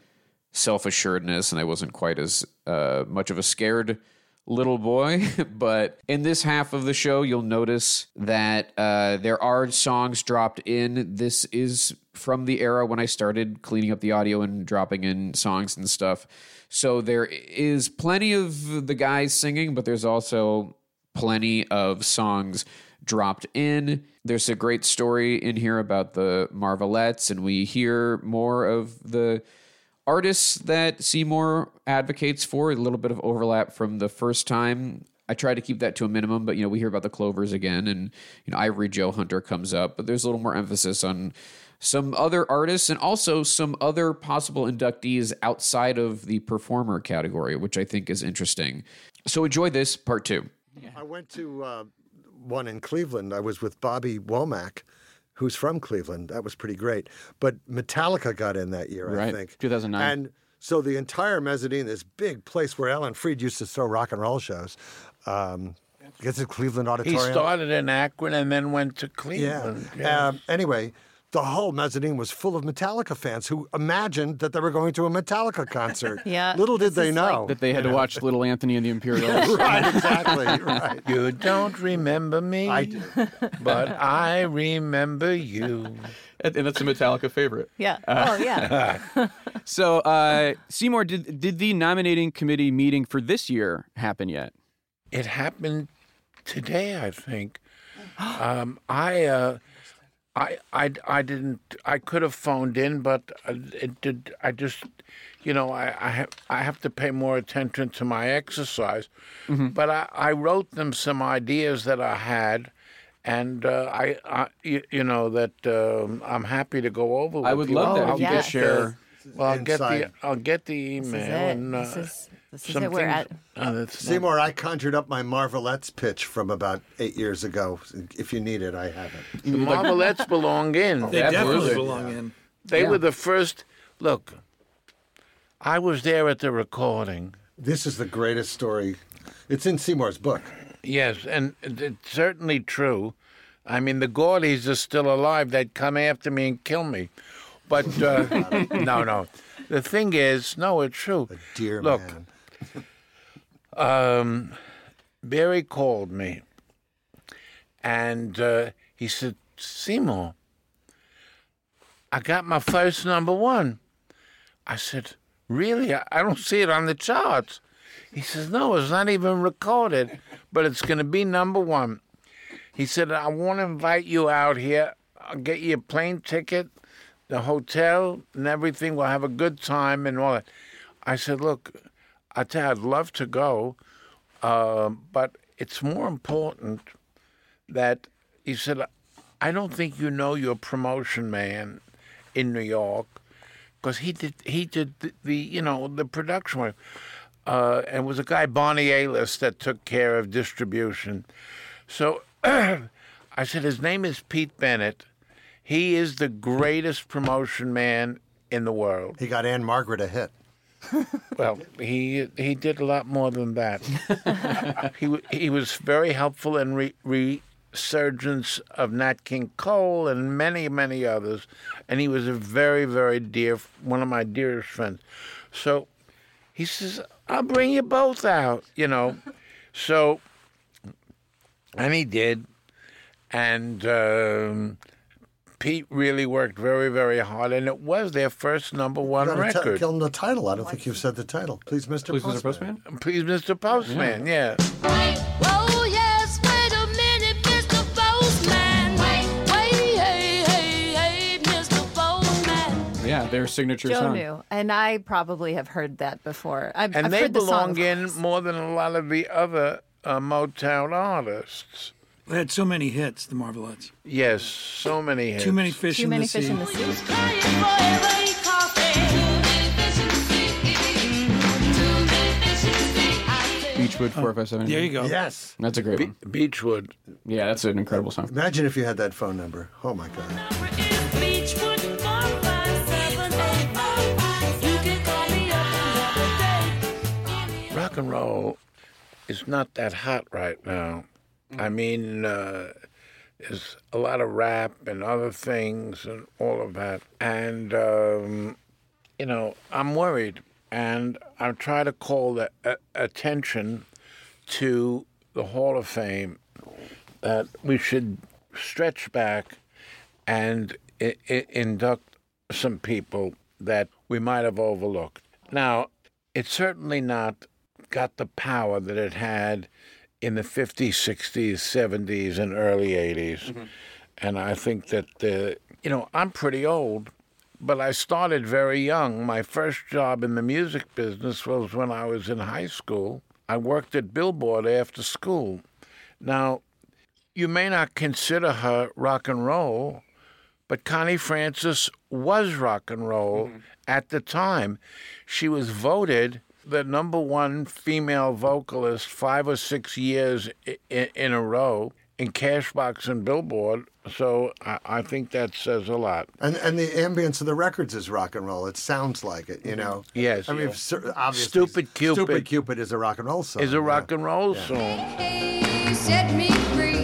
[SPEAKER 1] self assuredness, and I wasn't quite as uh, much of a scared little boy. but in this half of the show, you'll notice that uh, there are songs dropped in. This is from the era when I started cleaning up the audio and dropping in songs and stuff. So there is plenty of the guys singing, but there's also plenty of songs dropped in. There's a great story in here about the Marvelettes, and we hear more of the artists that Seymour advocates for, a little bit of overlap from the first time. I try to keep that to a minimum, but you know, we hear about the Clovers again and you know Ivory Joe Hunter comes up, but there's a little more emphasis on some other artists, and also some other possible inductees outside of the performer category, which I think is interesting. So enjoy this part two.
[SPEAKER 5] I went to uh, one in Cleveland. I was with Bobby Womack, who's from Cleveland. That was pretty great. But Metallica got in that year, I
[SPEAKER 2] Right.
[SPEAKER 5] think.
[SPEAKER 2] 2009.
[SPEAKER 5] And so the entire mezzanine, this big place where Alan Freed used to throw rock and roll shows, um, gets a Cleveland
[SPEAKER 4] He
[SPEAKER 5] auditorium.
[SPEAKER 4] started in Akron and then went to
[SPEAKER 6] Oh,
[SPEAKER 5] Yeah.
[SPEAKER 4] Cleveland.
[SPEAKER 5] Um, anyway, the whole mezzanine was full of Metallica fans who imagined that they were going to a Metallica concert.
[SPEAKER 6] Yeah,
[SPEAKER 5] Little did
[SPEAKER 6] this
[SPEAKER 5] they
[SPEAKER 6] is like-
[SPEAKER 5] know.
[SPEAKER 2] that they had to watch Little Anthony and the Imperials.
[SPEAKER 5] right, exactly. Right.
[SPEAKER 4] You don't remember me,
[SPEAKER 5] I do.
[SPEAKER 4] but I remember you.
[SPEAKER 2] and and that's a Metallica favorite.
[SPEAKER 6] Yeah. oh, yeah.
[SPEAKER 2] So, uh, Seymour, did did the nominating committee meeting for this year happen yet?
[SPEAKER 4] It happened today, I think.
[SPEAKER 6] Mm-hmm.
[SPEAKER 4] Um, I, uh, I, I, I didn't. I could have phoned in, but uh, it did. I just, you know, I, I have, I have to pay more attention to my exercise.
[SPEAKER 6] Mm-hmm.
[SPEAKER 4] But I, I wrote them some ideas that I had. And uh, I, I you, you know, that um, I'm happy to go over. With
[SPEAKER 2] I would
[SPEAKER 4] you.
[SPEAKER 2] love that
[SPEAKER 4] I'll
[SPEAKER 2] if you
[SPEAKER 6] could
[SPEAKER 4] get the-
[SPEAKER 2] share.
[SPEAKER 4] Well, I'll get the
[SPEAKER 5] Inside.
[SPEAKER 4] I'll get the email
[SPEAKER 6] This is
[SPEAKER 4] and
[SPEAKER 6] it.
[SPEAKER 4] uh,
[SPEAKER 6] This is, this is
[SPEAKER 4] some
[SPEAKER 6] it. We're at.
[SPEAKER 4] things- Uh, that's not-
[SPEAKER 5] Seymour, I conjured up my Marvelettes pitch from about eight years ago. If you need it, I have it.
[SPEAKER 4] The Marvelettes belong in.
[SPEAKER 8] They definitely
[SPEAKER 2] Absolutely.
[SPEAKER 8] belong in.
[SPEAKER 4] They were the first. Look, I was there at the recording.
[SPEAKER 5] This is the greatest story. It's in Seymour's book.
[SPEAKER 4] Yes, and it's certainly true. I mean, the Gordys are still alive. They'd come after me and kill me. But uh, no, no. The thing is, no, it's true.
[SPEAKER 5] Dear
[SPEAKER 4] Look,
[SPEAKER 5] man.
[SPEAKER 4] Barry called me, and uh, he said, "Seymour, I got my first number one." I said, "Really? I, I don't see it on the charts." He says, "No, it's not even recorded, but it's going to be number one." He said, "I want to invite you out here. I'll get you a plane ticket, the hotel, and everything. We'll have a good time and all that." I said, "Look, I tell you, I'd love to go." Um, but it's more important that he said, I don't think you know your promotion man in New York because he did he did the, the you know the production work, uh, and it was a guy Bonnie Ailis that took care of distribution. So I said his name is Pete Bennett. He is the greatest promotion man in the world.
[SPEAKER 5] He got Anne Margaret a hit.
[SPEAKER 4] Well, he he did a lot more than that. he wa- he was very helpful in re, resurgence of Nat King Cole and many many others, and he was a very very dear one of my dearest friends. So he says, "I'll bring you both out," you know. So and he did, and. Um, Pete really worked very, very hard, and it was their first number one
[SPEAKER 5] You gotta te-
[SPEAKER 4] record.
[SPEAKER 5] tell him the title. I don't think you've said the title. Please, Mr.
[SPEAKER 2] Please, Mr.
[SPEAKER 5] Postman.
[SPEAKER 2] Postman.
[SPEAKER 4] Please, Mr. Postman. Yeah.
[SPEAKER 12] Wait, oh yes, wait a minute, Mr. Postman. Wait, wait, hey, hey, hey, Mr. Postman.
[SPEAKER 2] Yeah, their signature
[SPEAKER 6] Joe
[SPEAKER 2] song.
[SPEAKER 6] knew. And I probably have heard that before. I've,
[SPEAKER 4] And
[SPEAKER 6] I've
[SPEAKER 4] they
[SPEAKER 6] heard the song,
[SPEAKER 4] belong
[SPEAKER 6] of
[SPEAKER 4] in
[SPEAKER 6] course.
[SPEAKER 4] more than a lot of the other uh, Motown artists.
[SPEAKER 8] They had so many hits, the Marvelettes.
[SPEAKER 4] Yes, so many hits.
[SPEAKER 8] Too many fish
[SPEAKER 6] Too
[SPEAKER 8] in
[SPEAKER 6] many
[SPEAKER 8] the
[SPEAKER 6] fish
[SPEAKER 8] sea.
[SPEAKER 6] in the sea.
[SPEAKER 12] Who's crying forever, he coughing. Too many fish in the sea. Too many fish in the sea. I think.
[SPEAKER 2] Beachwood 457.
[SPEAKER 8] There you go.
[SPEAKER 5] Yes.
[SPEAKER 2] That's a great one.
[SPEAKER 4] Beachwood.
[SPEAKER 2] Yeah, that's an incredible song.
[SPEAKER 5] Imagine if you had that phone number. Oh my God.
[SPEAKER 12] Number is Beachwood 45785. You can call me up another day.
[SPEAKER 4] Rock and roll is not that hot right now. I mean, uh, there's a lot of rap and other things and all of that. And, um, you know, I'm worried. And I'm trying to call the, uh, attention to the Hall of Fame that we should stretch back and I- I- induct some people that we might have overlooked. Now, it's certainly not got the power that it had in the 50s, 60s, 70s, and early 80s. And I think that, uh, you know, I'm pretty old, but I started very young. My first job in the music business was when I was in high school. I worked at Billboard after school. Now, you may not consider her rock and roll, But Connie Francis was rock and roll
[SPEAKER 5] Mm-hmm.
[SPEAKER 4] at the time. She was voted the number one female vocalist five or six years in, in a row in Cashbox and Billboard. So I, I think that says a lot.
[SPEAKER 5] And and the ambience of the records is rock and roll. It sounds like it, you know.
[SPEAKER 4] Mm-hmm. Yes,
[SPEAKER 5] I mean,
[SPEAKER 4] yeah.
[SPEAKER 5] cer- obviously,
[SPEAKER 4] Stupid Cupid.
[SPEAKER 5] Stupid Cupid is a rock and roll song.
[SPEAKER 4] Is a rock and roll
[SPEAKER 5] Yeah.
[SPEAKER 4] song.
[SPEAKER 12] You set me free.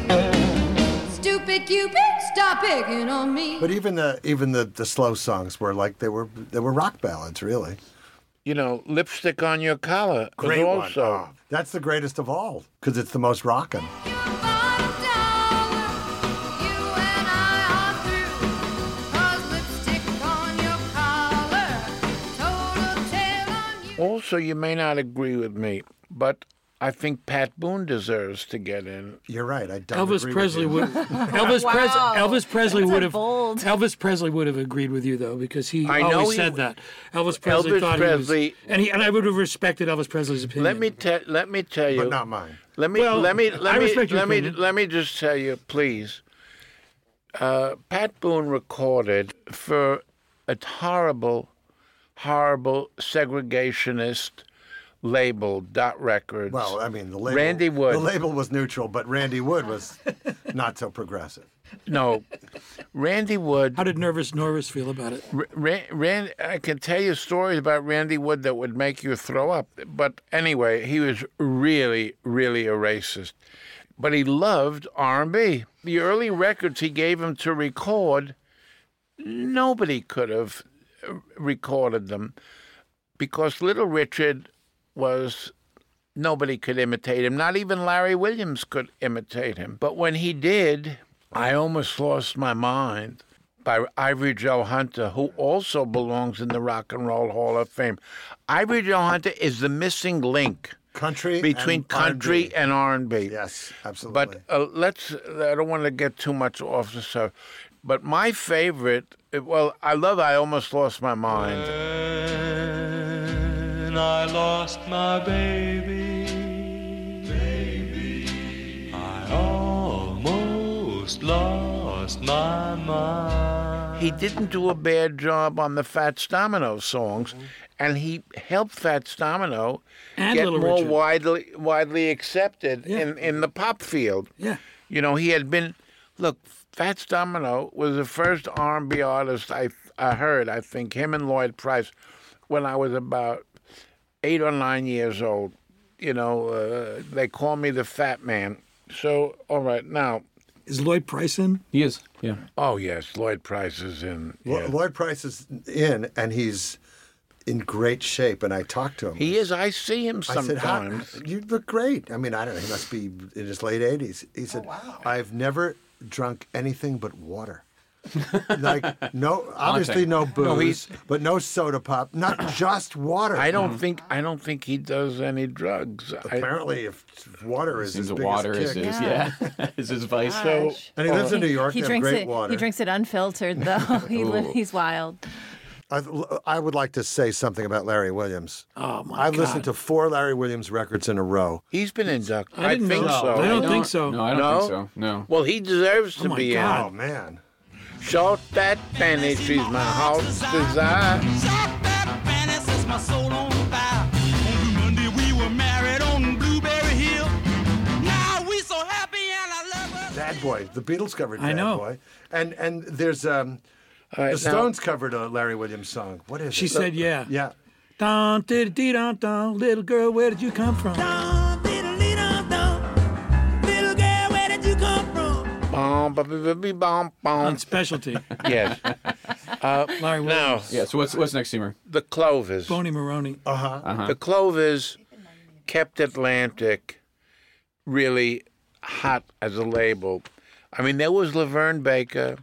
[SPEAKER 12] Stupid Cupid, stop picking on me.
[SPEAKER 5] But even the even the, the slow songs were like they were they were rock ballads, really.
[SPEAKER 4] You know, lipstick on your collar. was
[SPEAKER 5] Great one.
[SPEAKER 4] also.
[SPEAKER 5] Oh, that's the greatest of all because it's the most rockin'.
[SPEAKER 12] Cause lipstick on your collar, total tail on
[SPEAKER 5] Oh.
[SPEAKER 12] you.
[SPEAKER 4] Also, you may not agree with me, but I think Pat Boone deserves to get in.
[SPEAKER 5] You're right. I don't.
[SPEAKER 4] Elvis
[SPEAKER 8] Elvis Presley would. Elvis,
[SPEAKER 6] Wow.
[SPEAKER 8] Pres- Elvis Presley
[SPEAKER 6] That's a
[SPEAKER 8] would have.
[SPEAKER 6] bold-
[SPEAKER 8] Elvis Presley would have agreed with you though, because he
[SPEAKER 4] I know
[SPEAKER 8] always
[SPEAKER 4] he
[SPEAKER 8] said
[SPEAKER 4] would.
[SPEAKER 8] that. Elvis Presley
[SPEAKER 4] Elvis
[SPEAKER 8] thought he
[SPEAKER 4] Presley-
[SPEAKER 8] was, and he and I would have respected Elvis Presley's opinion.
[SPEAKER 4] Let me tell. Let me tell you.
[SPEAKER 5] Mm. But not mine.
[SPEAKER 4] Let me.
[SPEAKER 8] Well,
[SPEAKER 4] let me.
[SPEAKER 8] I
[SPEAKER 4] Let me.
[SPEAKER 8] respect your
[SPEAKER 4] Let me.
[SPEAKER 8] opinion.
[SPEAKER 4] Let me just tell you, please. Uh, Pat Boone recorded for a horrible, horrible segregationist label, Dot Records.
[SPEAKER 5] Well, I mean, the label,
[SPEAKER 4] Randy Wood.
[SPEAKER 5] The label was neutral, but Randy Wood was not so progressive.
[SPEAKER 4] no, Randy Wood.
[SPEAKER 8] How did Nervous Norris feel about it?
[SPEAKER 4] R- Ran, Ran, I can tell you stories about Randy Wood that would make you throw up. But anyway, he was really, really a racist. But he loved R&B. The early records he gave him to record, nobody could have uh, recorded them because Little Richard was nobody could imitate him. Not even Larry Williams could imitate him. But when he did, I almost lost my mind by Ivory Joe Hunter, who also belongs in the Rock and Roll Hall of Fame. Ivory Joe Hunter is the missing link
[SPEAKER 5] Country
[SPEAKER 4] between
[SPEAKER 5] and
[SPEAKER 4] country
[SPEAKER 5] R&B.
[SPEAKER 4] and R&B.
[SPEAKER 5] yes, absolutely.
[SPEAKER 4] But uh, let's. I don't want to get too much off the subject. But my favorite. Well, I love. I almost lost my mind.
[SPEAKER 9] When I lost my baby, baby, I almost lost my mind.
[SPEAKER 4] he didn't do a bad job on the Fats Domino songs, and he helped Fats Domino
[SPEAKER 8] And
[SPEAKER 4] get
[SPEAKER 8] Little
[SPEAKER 4] more
[SPEAKER 8] Richard.
[SPEAKER 4] widely widely accepted
[SPEAKER 8] Yeah.
[SPEAKER 4] in, in the pop field.
[SPEAKER 8] Yeah.
[SPEAKER 4] You know, he had been look. Fats Domino was the first R&B artist I I heard. I think him and Lloyd Price, when I was about eight or nine years old. You know, uh, they call me the Fat Man. So all right now.
[SPEAKER 8] Is Lloyd Price in?
[SPEAKER 2] He is. Yeah.
[SPEAKER 4] Oh yes, Lloyd Price is in.
[SPEAKER 5] Lo-
[SPEAKER 4] yeah.
[SPEAKER 5] Lloyd Price is in, and he's in great shape. And I talked to him.
[SPEAKER 4] He is. I see him
[SPEAKER 5] I said, "How-
[SPEAKER 4] sometimes.
[SPEAKER 5] you look great. I mean, I don't know. He must be in his late 80s. He said, I've never drunk anything but water. like, no, obviously no booze, but no soda pop, not just water.
[SPEAKER 4] I
[SPEAKER 8] Mm-hmm.
[SPEAKER 4] don't think I don't think he does any drugs. I-
[SPEAKER 5] Apparently, if water is his
[SPEAKER 1] Is it
[SPEAKER 5] biggest
[SPEAKER 1] water? Is
[SPEAKER 5] kick.
[SPEAKER 1] his yeah? is his vice?
[SPEAKER 6] Gosh.
[SPEAKER 5] And he lives in New York.
[SPEAKER 6] He
[SPEAKER 5] they have
[SPEAKER 6] drinks
[SPEAKER 5] great
[SPEAKER 6] it.
[SPEAKER 5] water.
[SPEAKER 6] He drinks it unfiltered, though. he li- he's wild.
[SPEAKER 5] I, I would like to say something about Larry Williams. Oh my I've listened to four Larry Williams records in a row.
[SPEAKER 4] He's been inducted.
[SPEAKER 8] I
[SPEAKER 4] I,
[SPEAKER 8] didn't
[SPEAKER 4] think
[SPEAKER 8] know.
[SPEAKER 4] so.
[SPEAKER 8] I don't think so.
[SPEAKER 1] No, I don't
[SPEAKER 4] No?
[SPEAKER 1] think so. No.
[SPEAKER 4] Well, he deserves to
[SPEAKER 8] my
[SPEAKER 4] be
[SPEAKER 8] God.
[SPEAKER 5] Oh man,
[SPEAKER 4] in. Short that penny, she's my heart's desire.
[SPEAKER 9] Shot that fanny sets my soul on fire. On Blue Monday we were married on Blueberry Hill. Now we so happy and I love her.
[SPEAKER 5] Bad Boy. The Beatles covered
[SPEAKER 8] I
[SPEAKER 5] Bad
[SPEAKER 8] know.
[SPEAKER 5] Boy, and and there's um,
[SPEAKER 4] All right,
[SPEAKER 5] the
[SPEAKER 4] now-
[SPEAKER 5] Stones covered a Larry Williams song. What is
[SPEAKER 8] She
[SPEAKER 5] it?
[SPEAKER 8] said, "Yeah."
[SPEAKER 5] Yeah.
[SPEAKER 8] Dun, diddy, dee, dun, dun, little girl, where did you come from?
[SPEAKER 9] Dum, diddle-dee-dum, dum. Little girl, where did you come from?
[SPEAKER 4] Bom, ba- ba- ba- be- bom, bom.
[SPEAKER 8] On specialty,
[SPEAKER 4] Yes.
[SPEAKER 8] Larry
[SPEAKER 4] Now
[SPEAKER 8] Williams,
[SPEAKER 1] Yeah. So what's what's next, Seymour?
[SPEAKER 4] the Clovers.
[SPEAKER 8] Boney Maroney.
[SPEAKER 4] The Clovers kept Atlantic really hot as a label. I mean, there was Laverne Baker,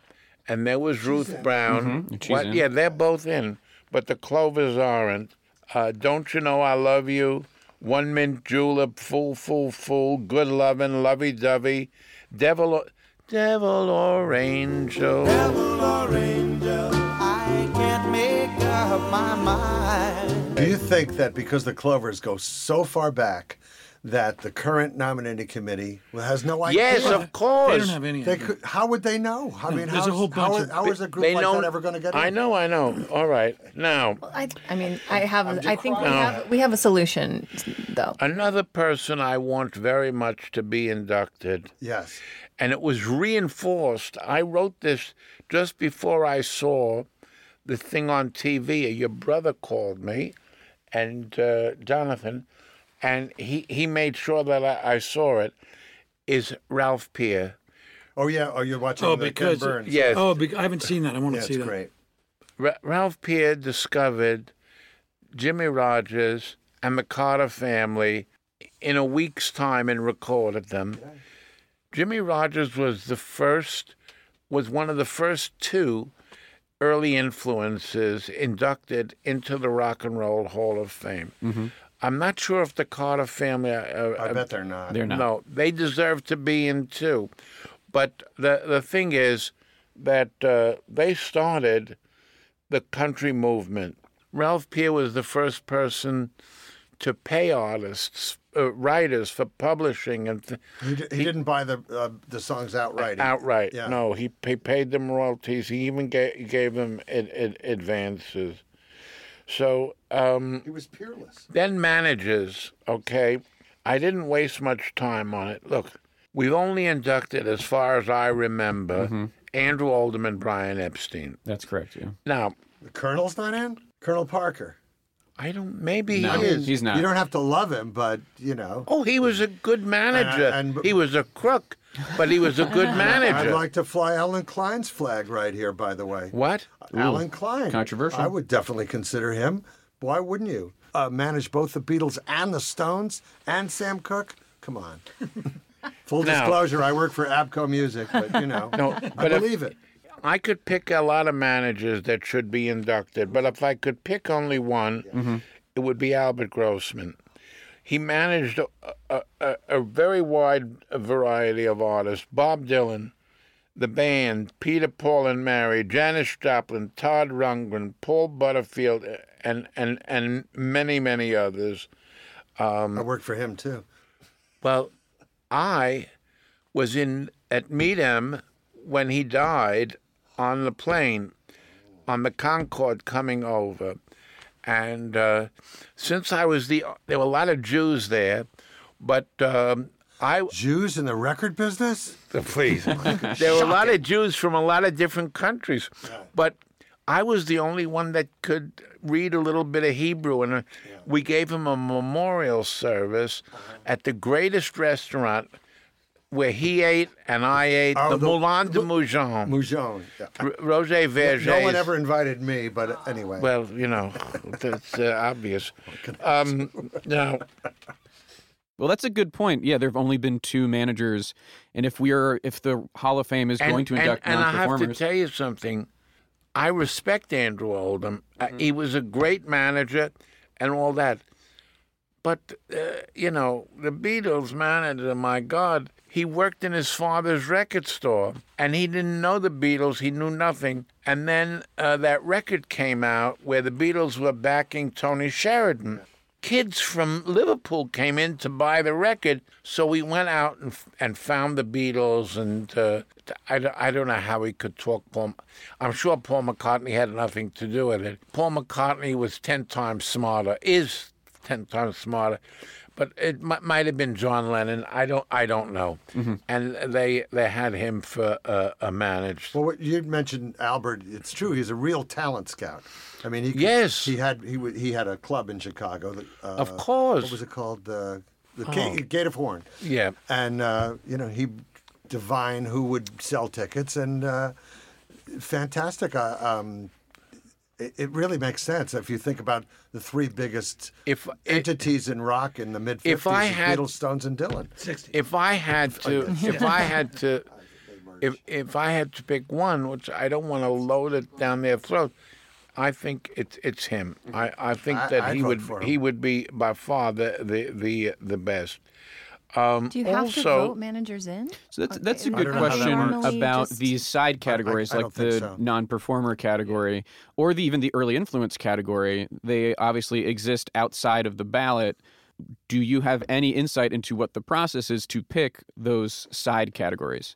[SPEAKER 4] and there was Ruth Brown. What-
[SPEAKER 1] in.
[SPEAKER 4] Yeah, they're both in, but the Clovers aren't. Uh, Don't you know I love you? One mint julep, fool, fool, fool, good lovin', lovey dovey, devil, or- devil or angel.
[SPEAKER 9] I can't make up my mind.
[SPEAKER 5] Do you think that because the Clovers go so far back, that the current nominating committee has no idea.
[SPEAKER 4] Yes, of course. They don't have
[SPEAKER 8] any
[SPEAKER 5] They could, how would they know? I mean,
[SPEAKER 8] there's
[SPEAKER 5] how's,
[SPEAKER 8] a whole bunch
[SPEAKER 5] how,
[SPEAKER 8] of-
[SPEAKER 5] how is a group
[SPEAKER 4] They
[SPEAKER 5] like
[SPEAKER 4] know.
[SPEAKER 5] that ever going to get in?
[SPEAKER 4] I know. I know. All right. Now,
[SPEAKER 13] I, I mean, I have.
[SPEAKER 5] I'm just
[SPEAKER 13] I think we
[SPEAKER 4] crying.
[SPEAKER 13] have we have a solution, though.
[SPEAKER 4] another person I want very much to be inducted
[SPEAKER 5] Yes.
[SPEAKER 4] and it was reinforced. I wrote this just before I saw the thing on TV. Your brother called me, and uh, Jonathan, and he, he made sure that I, I saw it. Is Ralph Peer?
[SPEAKER 5] Oh yeah. Oh, you're watching
[SPEAKER 8] Oh,
[SPEAKER 5] the
[SPEAKER 8] because
[SPEAKER 5] Ken Burns.
[SPEAKER 4] Yes,
[SPEAKER 8] Oh, be- I haven't seen that. I want to
[SPEAKER 5] Yeah, it's
[SPEAKER 8] see that.
[SPEAKER 5] great.
[SPEAKER 4] Ra- Ralph Peer discovered Jimmy Rogers and the Carter family in a week's time and recorded them. Jimmy Rogers was the first, was one of the first two early influences inducted into the Rock and Roll Hall of Fame. I'm not sure if the Carter family. Uh,
[SPEAKER 5] I bet they're not.
[SPEAKER 1] They're not.
[SPEAKER 4] No, they deserve to be in too. But the the thing is that uh, they started the country movement. Ralph Peer was the first person to pay artists, uh, writers for publishing and th-
[SPEAKER 5] He, d- he, didn't buy the uh, the songs outright. He-
[SPEAKER 4] outright.
[SPEAKER 5] Yeah.
[SPEAKER 4] No, he, he paid them royalties. He even gave, gave them ad, ad, advances. So um,
[SPEAKER 5] He was peerless.
[SPEAKER 4] then managers, okay? I didn't waste much time on it. Look, we've only inducted, as far as I remember,
[SPEAKER 5] Mm-hmm.
[SPEAKER 4] Andrew Alderman, Brian Epstein.
[SPEAKER 1] That's correct. Yeah.
[SPEAKER 4] Now,
[SPEAKER 5] The Colonel's not in. Colonel Parker.
[SPEAKER 4] I don't. Maybe
[SPEAKER 1] No,
[SPEAKER 4] he is.
[SPEAKER 1] he's not.
[SPEAKER 5] You don't have to love him, but you know.
[SPEAKER 4] Oh, he was a good manager.
[SPEAKER 5] And- and-
[SPEAKER 4] he was a crook, but he was a good
[SPEAKER 5] I'd
[SPEAKER 4] manager.
[SPEAKER 5] like to fly Alan Klein's flag right here, by the way.
[SPEAKER 4] what?
[SPEAKER 5] Alan Klein.
[SPEAKER 1] controversial.
[SPEAKER 5] I would definitely consider him. Why wouldn't you? Uh, manage both the Beatles and the Stones and Sam Cooke? Come on. Full
[SPEAKER 4] Now-
[SPEAKER 5] disclosure, I work for Abco Music, but you know,
[SPEAKER 4] No,
[SPEAKER 5] I
[SPEAKER 4] but if-
[SPEAKER 5] believe it.
[SPEAKER 4] I could pick a lot of managers that should be inducted, but if I could pick only one, it would be Albert Grossman. He managed a, a, a, a very wide variety of artists Bob Dylan, the band, Peter, Paul, and Mary, Janis Joplin, Todd Rundgren, Paul Butterfield, and, and, and many, many others.
[SPEAKER 5] I work for him too.
[SPEAKER 4] Well, I was in at Meet Him when he died on the plane on the Concorde coming over. And uh, since I was the, there were a lot of Jews there, but um, I,
[SPEAKER 5] Jews in the record business?
[SPEAKER 4] please, there were a lot of Jews from a lot of different countries, but I was the only one that could read a little bit of Hebrew. And uh, we gave him a memorial service
[SPEAKER 5] Uh-huh.
[SPEAKER 4] at the greatest restaurant where he ate and I ate,
[SPEAKER 5] Oh,
[SPEAKER 4] the,
[SPEAKER 5] the-
[SPEAKER 4] Moulin de Moujon.
[SPEAKER 5] Mujon. Yeah.
[SPEAKER 4] R- Roger Verges.
[SPEAKER 5] No one ever invited me, but anyway.
[SPEAKER 4] Well, you know, that's uh, obvious.
[SPEAKER 5] Oh
[SPEAKER 4] Um, now,
[SPEAKER 2] Well, that's a good point. Yeah, there have only been two managers, and if we are, if the Hall of Fame is going to induct
[SPEAKER 4] and, and I have to
[SPEAKER 2] non-performers,
[SPEAKER 4] tell you something. I respect Andrew Oldham. Uh,
[SPEAKER 2] Mm-hmm.
[SPEAKER 4] he was a great manager and all that. But, uh, you know, the Beatles manager, my God, he worked in his father's record store and he didn't know the Beatles. He knew nothing. And then uh, that record came out where the Beatles were backing Tony Sheridan. Kids from Liverpool came in to buy the record, so we went out and, and found the Beatles. And uh, I, don't- I don't know how we could talk Paul. I'm sure Paul McCartney had nothing to do with it. Paul McCartney was 10 times smarter, is 10 times smarter. But it m- might have been John Lennon. I don't. I don't know.
[SPEAKER 5] Mm-hmm.
[SPEAKER 4] And they they had him for uh, a managed.
[SPEAKER 5] Well, what you mentioned Albert. It's true. He's a real talent scout. I mean, he could-
[SPEAKER 4] Yes.
[SPEAKER 5] he had he wa- he had a club in Chicago. That, uh,
[SPEAKER 4] Of course. Oh.
[SPEAKER 5] what was it called? The the Ga- Gate of Horn.
[SPEAKER 4] Yeah.
[SPEAKER 5] And uh, you know he divine who would sell tickets and uh, fantastic. Uh, um, it, it really makes sense if you think about the three biggest
[SPEAKER 4] If it,
[SPEAKER 5] entities in rock in the mid
[SPEAKER 4] If I
[SPEAKER 5] fifties:
[SPEAKER 4] had-
[SPEAKER 5] Beatles, Stones, and Dylan.
[SPEAKER 4] if I had to, if I had to, if if I had to pick one, which I don't want to load it down their throat, I think it's it's him. I, I think
[SPEAKER 5] I-
[SPEAKER 4] that
[SPEAKER 5] I'd
[SPEAKER 4] he
[SPEAKER 5] vote
[SPEAKER 4] would
[SPEAKER 5] for him.
[SPEAKER 4] he would be by far the the the, the best. Um,
[SPEAKER 13] Do you have to
[SPEAKER 4] also-
[SPEAKER 13] vote managers in?
[SPEAKER 2] so that's that's a
[SPEAKER 13] Or
[SPEAKER 2] good
[SPEAKER 5] don't know how that
[SPEAKER 2] question
[SPEAKER 13] normally
[SPEAKER 2] about
[SPEAKER 13] just-
[SPEAKER 2] these side categories
[SPEAKER 5] I
[SPEAKER 2] like
[SPEAKER 5] don't think
[SPEAKER 2] the
[SPEAKER 5] so.
[SPEAKER 2] non-performer category or the even the early influence category. They obviously exist outside of the ballot, do you have any insight into what the process is to pick those side categories?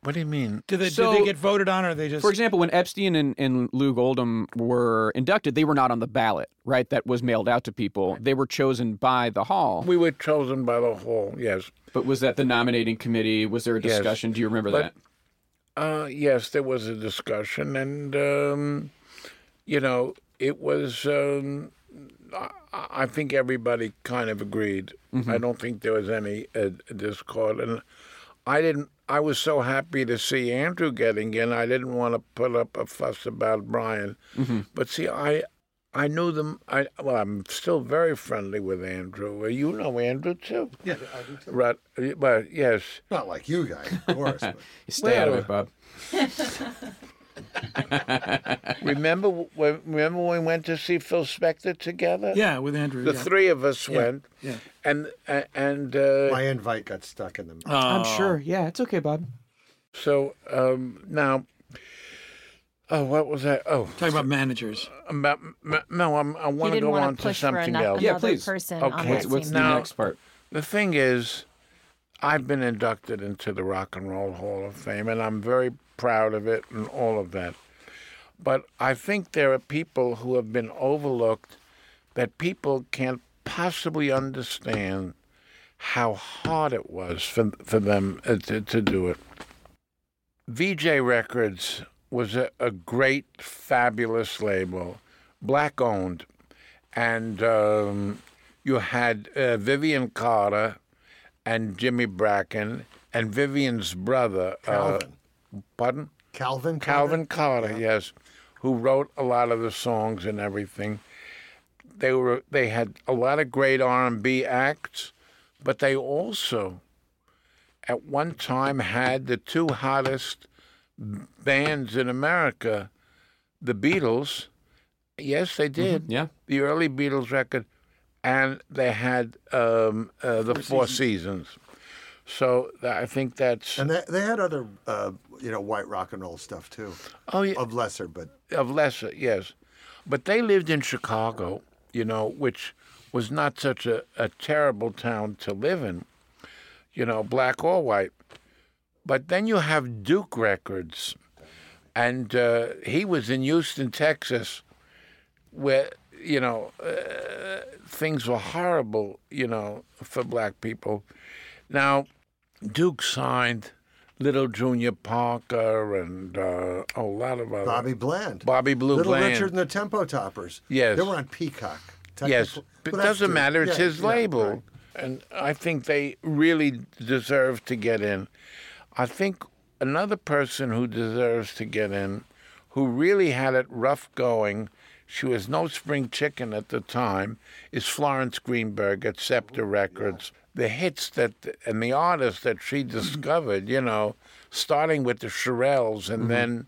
[SPEAKER 4] What do you mean?
[SPEAKER 8] Do they,
[SPEAKER 2] So-
[SPEAKER 8] do they get voted on or are they just.
[SPEAKER 2] For example, when Epstein and, and Lou Goldham were inducted, they were not on the ballot, right? That was mailed out to people. They were chosen by the hall.
[SPEAKER 4] We were chosen by the hall, yes.
[SPEAKER 2] But was that the nominating committee? Was there a
[SPEAKER 4] Yes.
[SPEAKER 2] discussion? Do you remember
[SPEAKER 4] But-
[SPEAKER 2] that?
[SPEAKER 4] Uh, yes, there was a discussion, and um, you know, it was. Um, I, I think everybody kind of agreed. I don't think there was any uh, discord, and I didn't. I was so happy to see Andrew getting in. I didn't want to put up a fuss about Brian, but see, I. I knew them. I well, I'm still very friendly with Andrew. Well, You know Andrew too.
[SPEAKER 5] Yeah, I do too.
[SPEAKER 4] Right. uh, But yes.
[SPEAKER 5] Not like you guys, of course. but-
[SPEAKER 2] Stay out of it, Bob.
[SPEAKER 4] remember when remember when we went to see Phil Spector together?
[SPEAKER 8] Yeah, with Andrew.
[SPEAKER 4] the
[SPEAKER 8] yeah.
[SPEAKER 4] three of us went.
[SPEAKER 8] yeah.
[SPEAKER 4] And a- and uh,
[SPEAKER 5] My invite got stuck in the middle.
[SPEAKER 2] I'm
[SPEAKER 8] Oh.
[SPEAKER 2] sure. Yeah, it's okay, Bob.
[SPEAKER 4] so um, now, oh, what was that? Oh,
[SPEAKER 8] Talking about managers.
[SPEAKER 4] about, m- no, I'm, I
[SPEAKER 6] He
[SPEAKER 4] want to
[SPEAKER 6] didn't
[SPEAKER 4] go
[SPEAKER 6] want
[SPEAKER 4] on
[SPEAKER 6] to
[SPEAKER 4] to
[SPEAKER 6] push for
[SPEAKER 4] something
[SPEAKER 6] enough,
[SPEAKER 4] else.
[SPEAKER 2] Yeah,
[SPEAKER 6] another
[SPEAKER 2] please.
[SPEAKER 6] person on
[SPEAKER 4] Okay.
[SPEAKER 6] that
[SPEAKER 2] What's, what's
[SPEAKER 6] team.
[SPEAKER 2] the
[SPEAKER 4] Now-
[SPEAKER 2] next part?
[SPEAKER 4] The thing is, I've been inducted into the Rock and Roll Hall of Fame, and I'm very proud of it and all of that. But I think there are people who have been overlooked that people can't possibly understand how hard it was for, for them uh, to, to do it. VJ Records was a, a great, fabulous label, black owned. And um, you had uh, Vivian Carter and Jimmy Bracken and Vivian's brother.
[SPEAKER 5] Calvin.
[SPEAKER 4] Uh, pardon?
[SPEAKER 5] Calvin.
[SPEAKER 4] Calvin Carter, yes, who wrote a lot of the songs and everything. They were they had a lot of great R and B acts, but they also, at one time, had the two hottest bands in America, the Beatles. Yes, they did.
[SPEAKER 2] Yeah.
[SPEAKER 4] The early Beatles record, and they had um, uh, the Four Seasons. So th- I think that's
[SPEAKER 5] And they, they had other, uh, you know, white rock and roll stuff too,
[SPEAKER 4] oh yeah.
[SPEAKER 5] of lesser, but
[SPEAKER 4] of lesser, yes. But they lived in Chicago, you know, which was not such a, a terrible town to live in, you know, black or white. But then you have Duke Records, and uh, he was in Houston, Texas, where, you know, uh, things were horrible, you know, for black people. Now, Duke signed Little Junior Parker and uh, a lot of other.
[SPEAKER 5] Bobby Bland.
[SPEAKER 4] Bobby Blue
[SPEAKER 5] Little
[SPEAKER 4] Bland.
[SPEAKER 5] Richard and the Tempo Toppers.
[SPEAKER 4] Yes.
[SPEAKER 5] They were on Peacock.
[SPEAKER 4] yes,
[SPEAKER 5] Technical-
[SPEAKER 4] but it
[SPEAKER 5] but that's
[SPEAKER 4] doesn't
[SPEAKER 5] true.
[SPEAKER 4] matter. It's
[SPEAKER 5] Yeah,
[SPEAKER 4] his
[SPEAKER 5] yeah,
[SPEAKER 4] label,
[SPEAKER 5] right.
[SPEAKER 4] and I think they really deserve to get in. I think another person who deserves to get in, who really had it rough going, she was no spring chicken at the time, is Florence Greenberg at
[SPEAKER 5] Oh,
[SPEAKER 4] Scepter Records. The hits that and the artists that she discovered, you know, starting with the Shirelles
[SPEAKER 5] Mm-hmm.
[SPEAKER 4] and then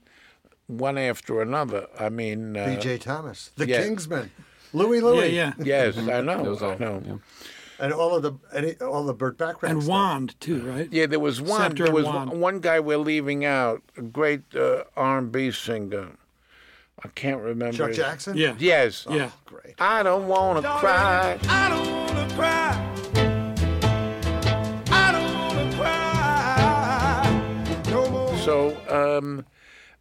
[SPEAKER 4] one after another. I mean, uh,
[SPEAKER 5] B.J. Thomas, The
[SPEAKER 4] yeah.
[SPEAKER 5] Kingsmen, Louie
[SPEAKER 8] Yeah,
[SPEAKER 5] Louie,
[SPEAKER 8] yeah.
[SPEAKER 4] Yes,
[SPEAKER 5] Mm-hmm.
[SPEAKER 4] I know.
[SPEAKER 2] Those
[SPEAKER 4] I
[SPEAKER 2] all-
[SPEAKER 4] know.
[SPEAKER 2] yeah.
[SPEAKER 5] and all of the any, all the Burt Bacharach
[SPEAKER 8] And
[SPEAKER 5] stuff.
[SPEAKER 8] Wand, too, right?
[SPEAKER 4] Yeah, there was one.
[SPEAKER 8] Scepter
[SPEAKER 4] There
[SPEAKER 8] and
[SPEAKER 4] was
[SPEAKER 8] wand.
[SPEAKER 4] one, one guy we're leaving out, a great uh, R&B singer. I can't remember.
[SPEAKER 5] Chuck
[SPEAKER 4] his-
[SPEAKER 5] Jackson.
[SPEAKER 8] Yeah.
[SPEAKER 4] Yes. Oh,
[SPEAKER 8] Yeah.
[SPEAKER 5] Great.
[SPEAKER 4] I don't want to cry.
[SPEAKER 7] I don't wanna cry. I don't wanna cry no more.
[SPEAKER 4] So um,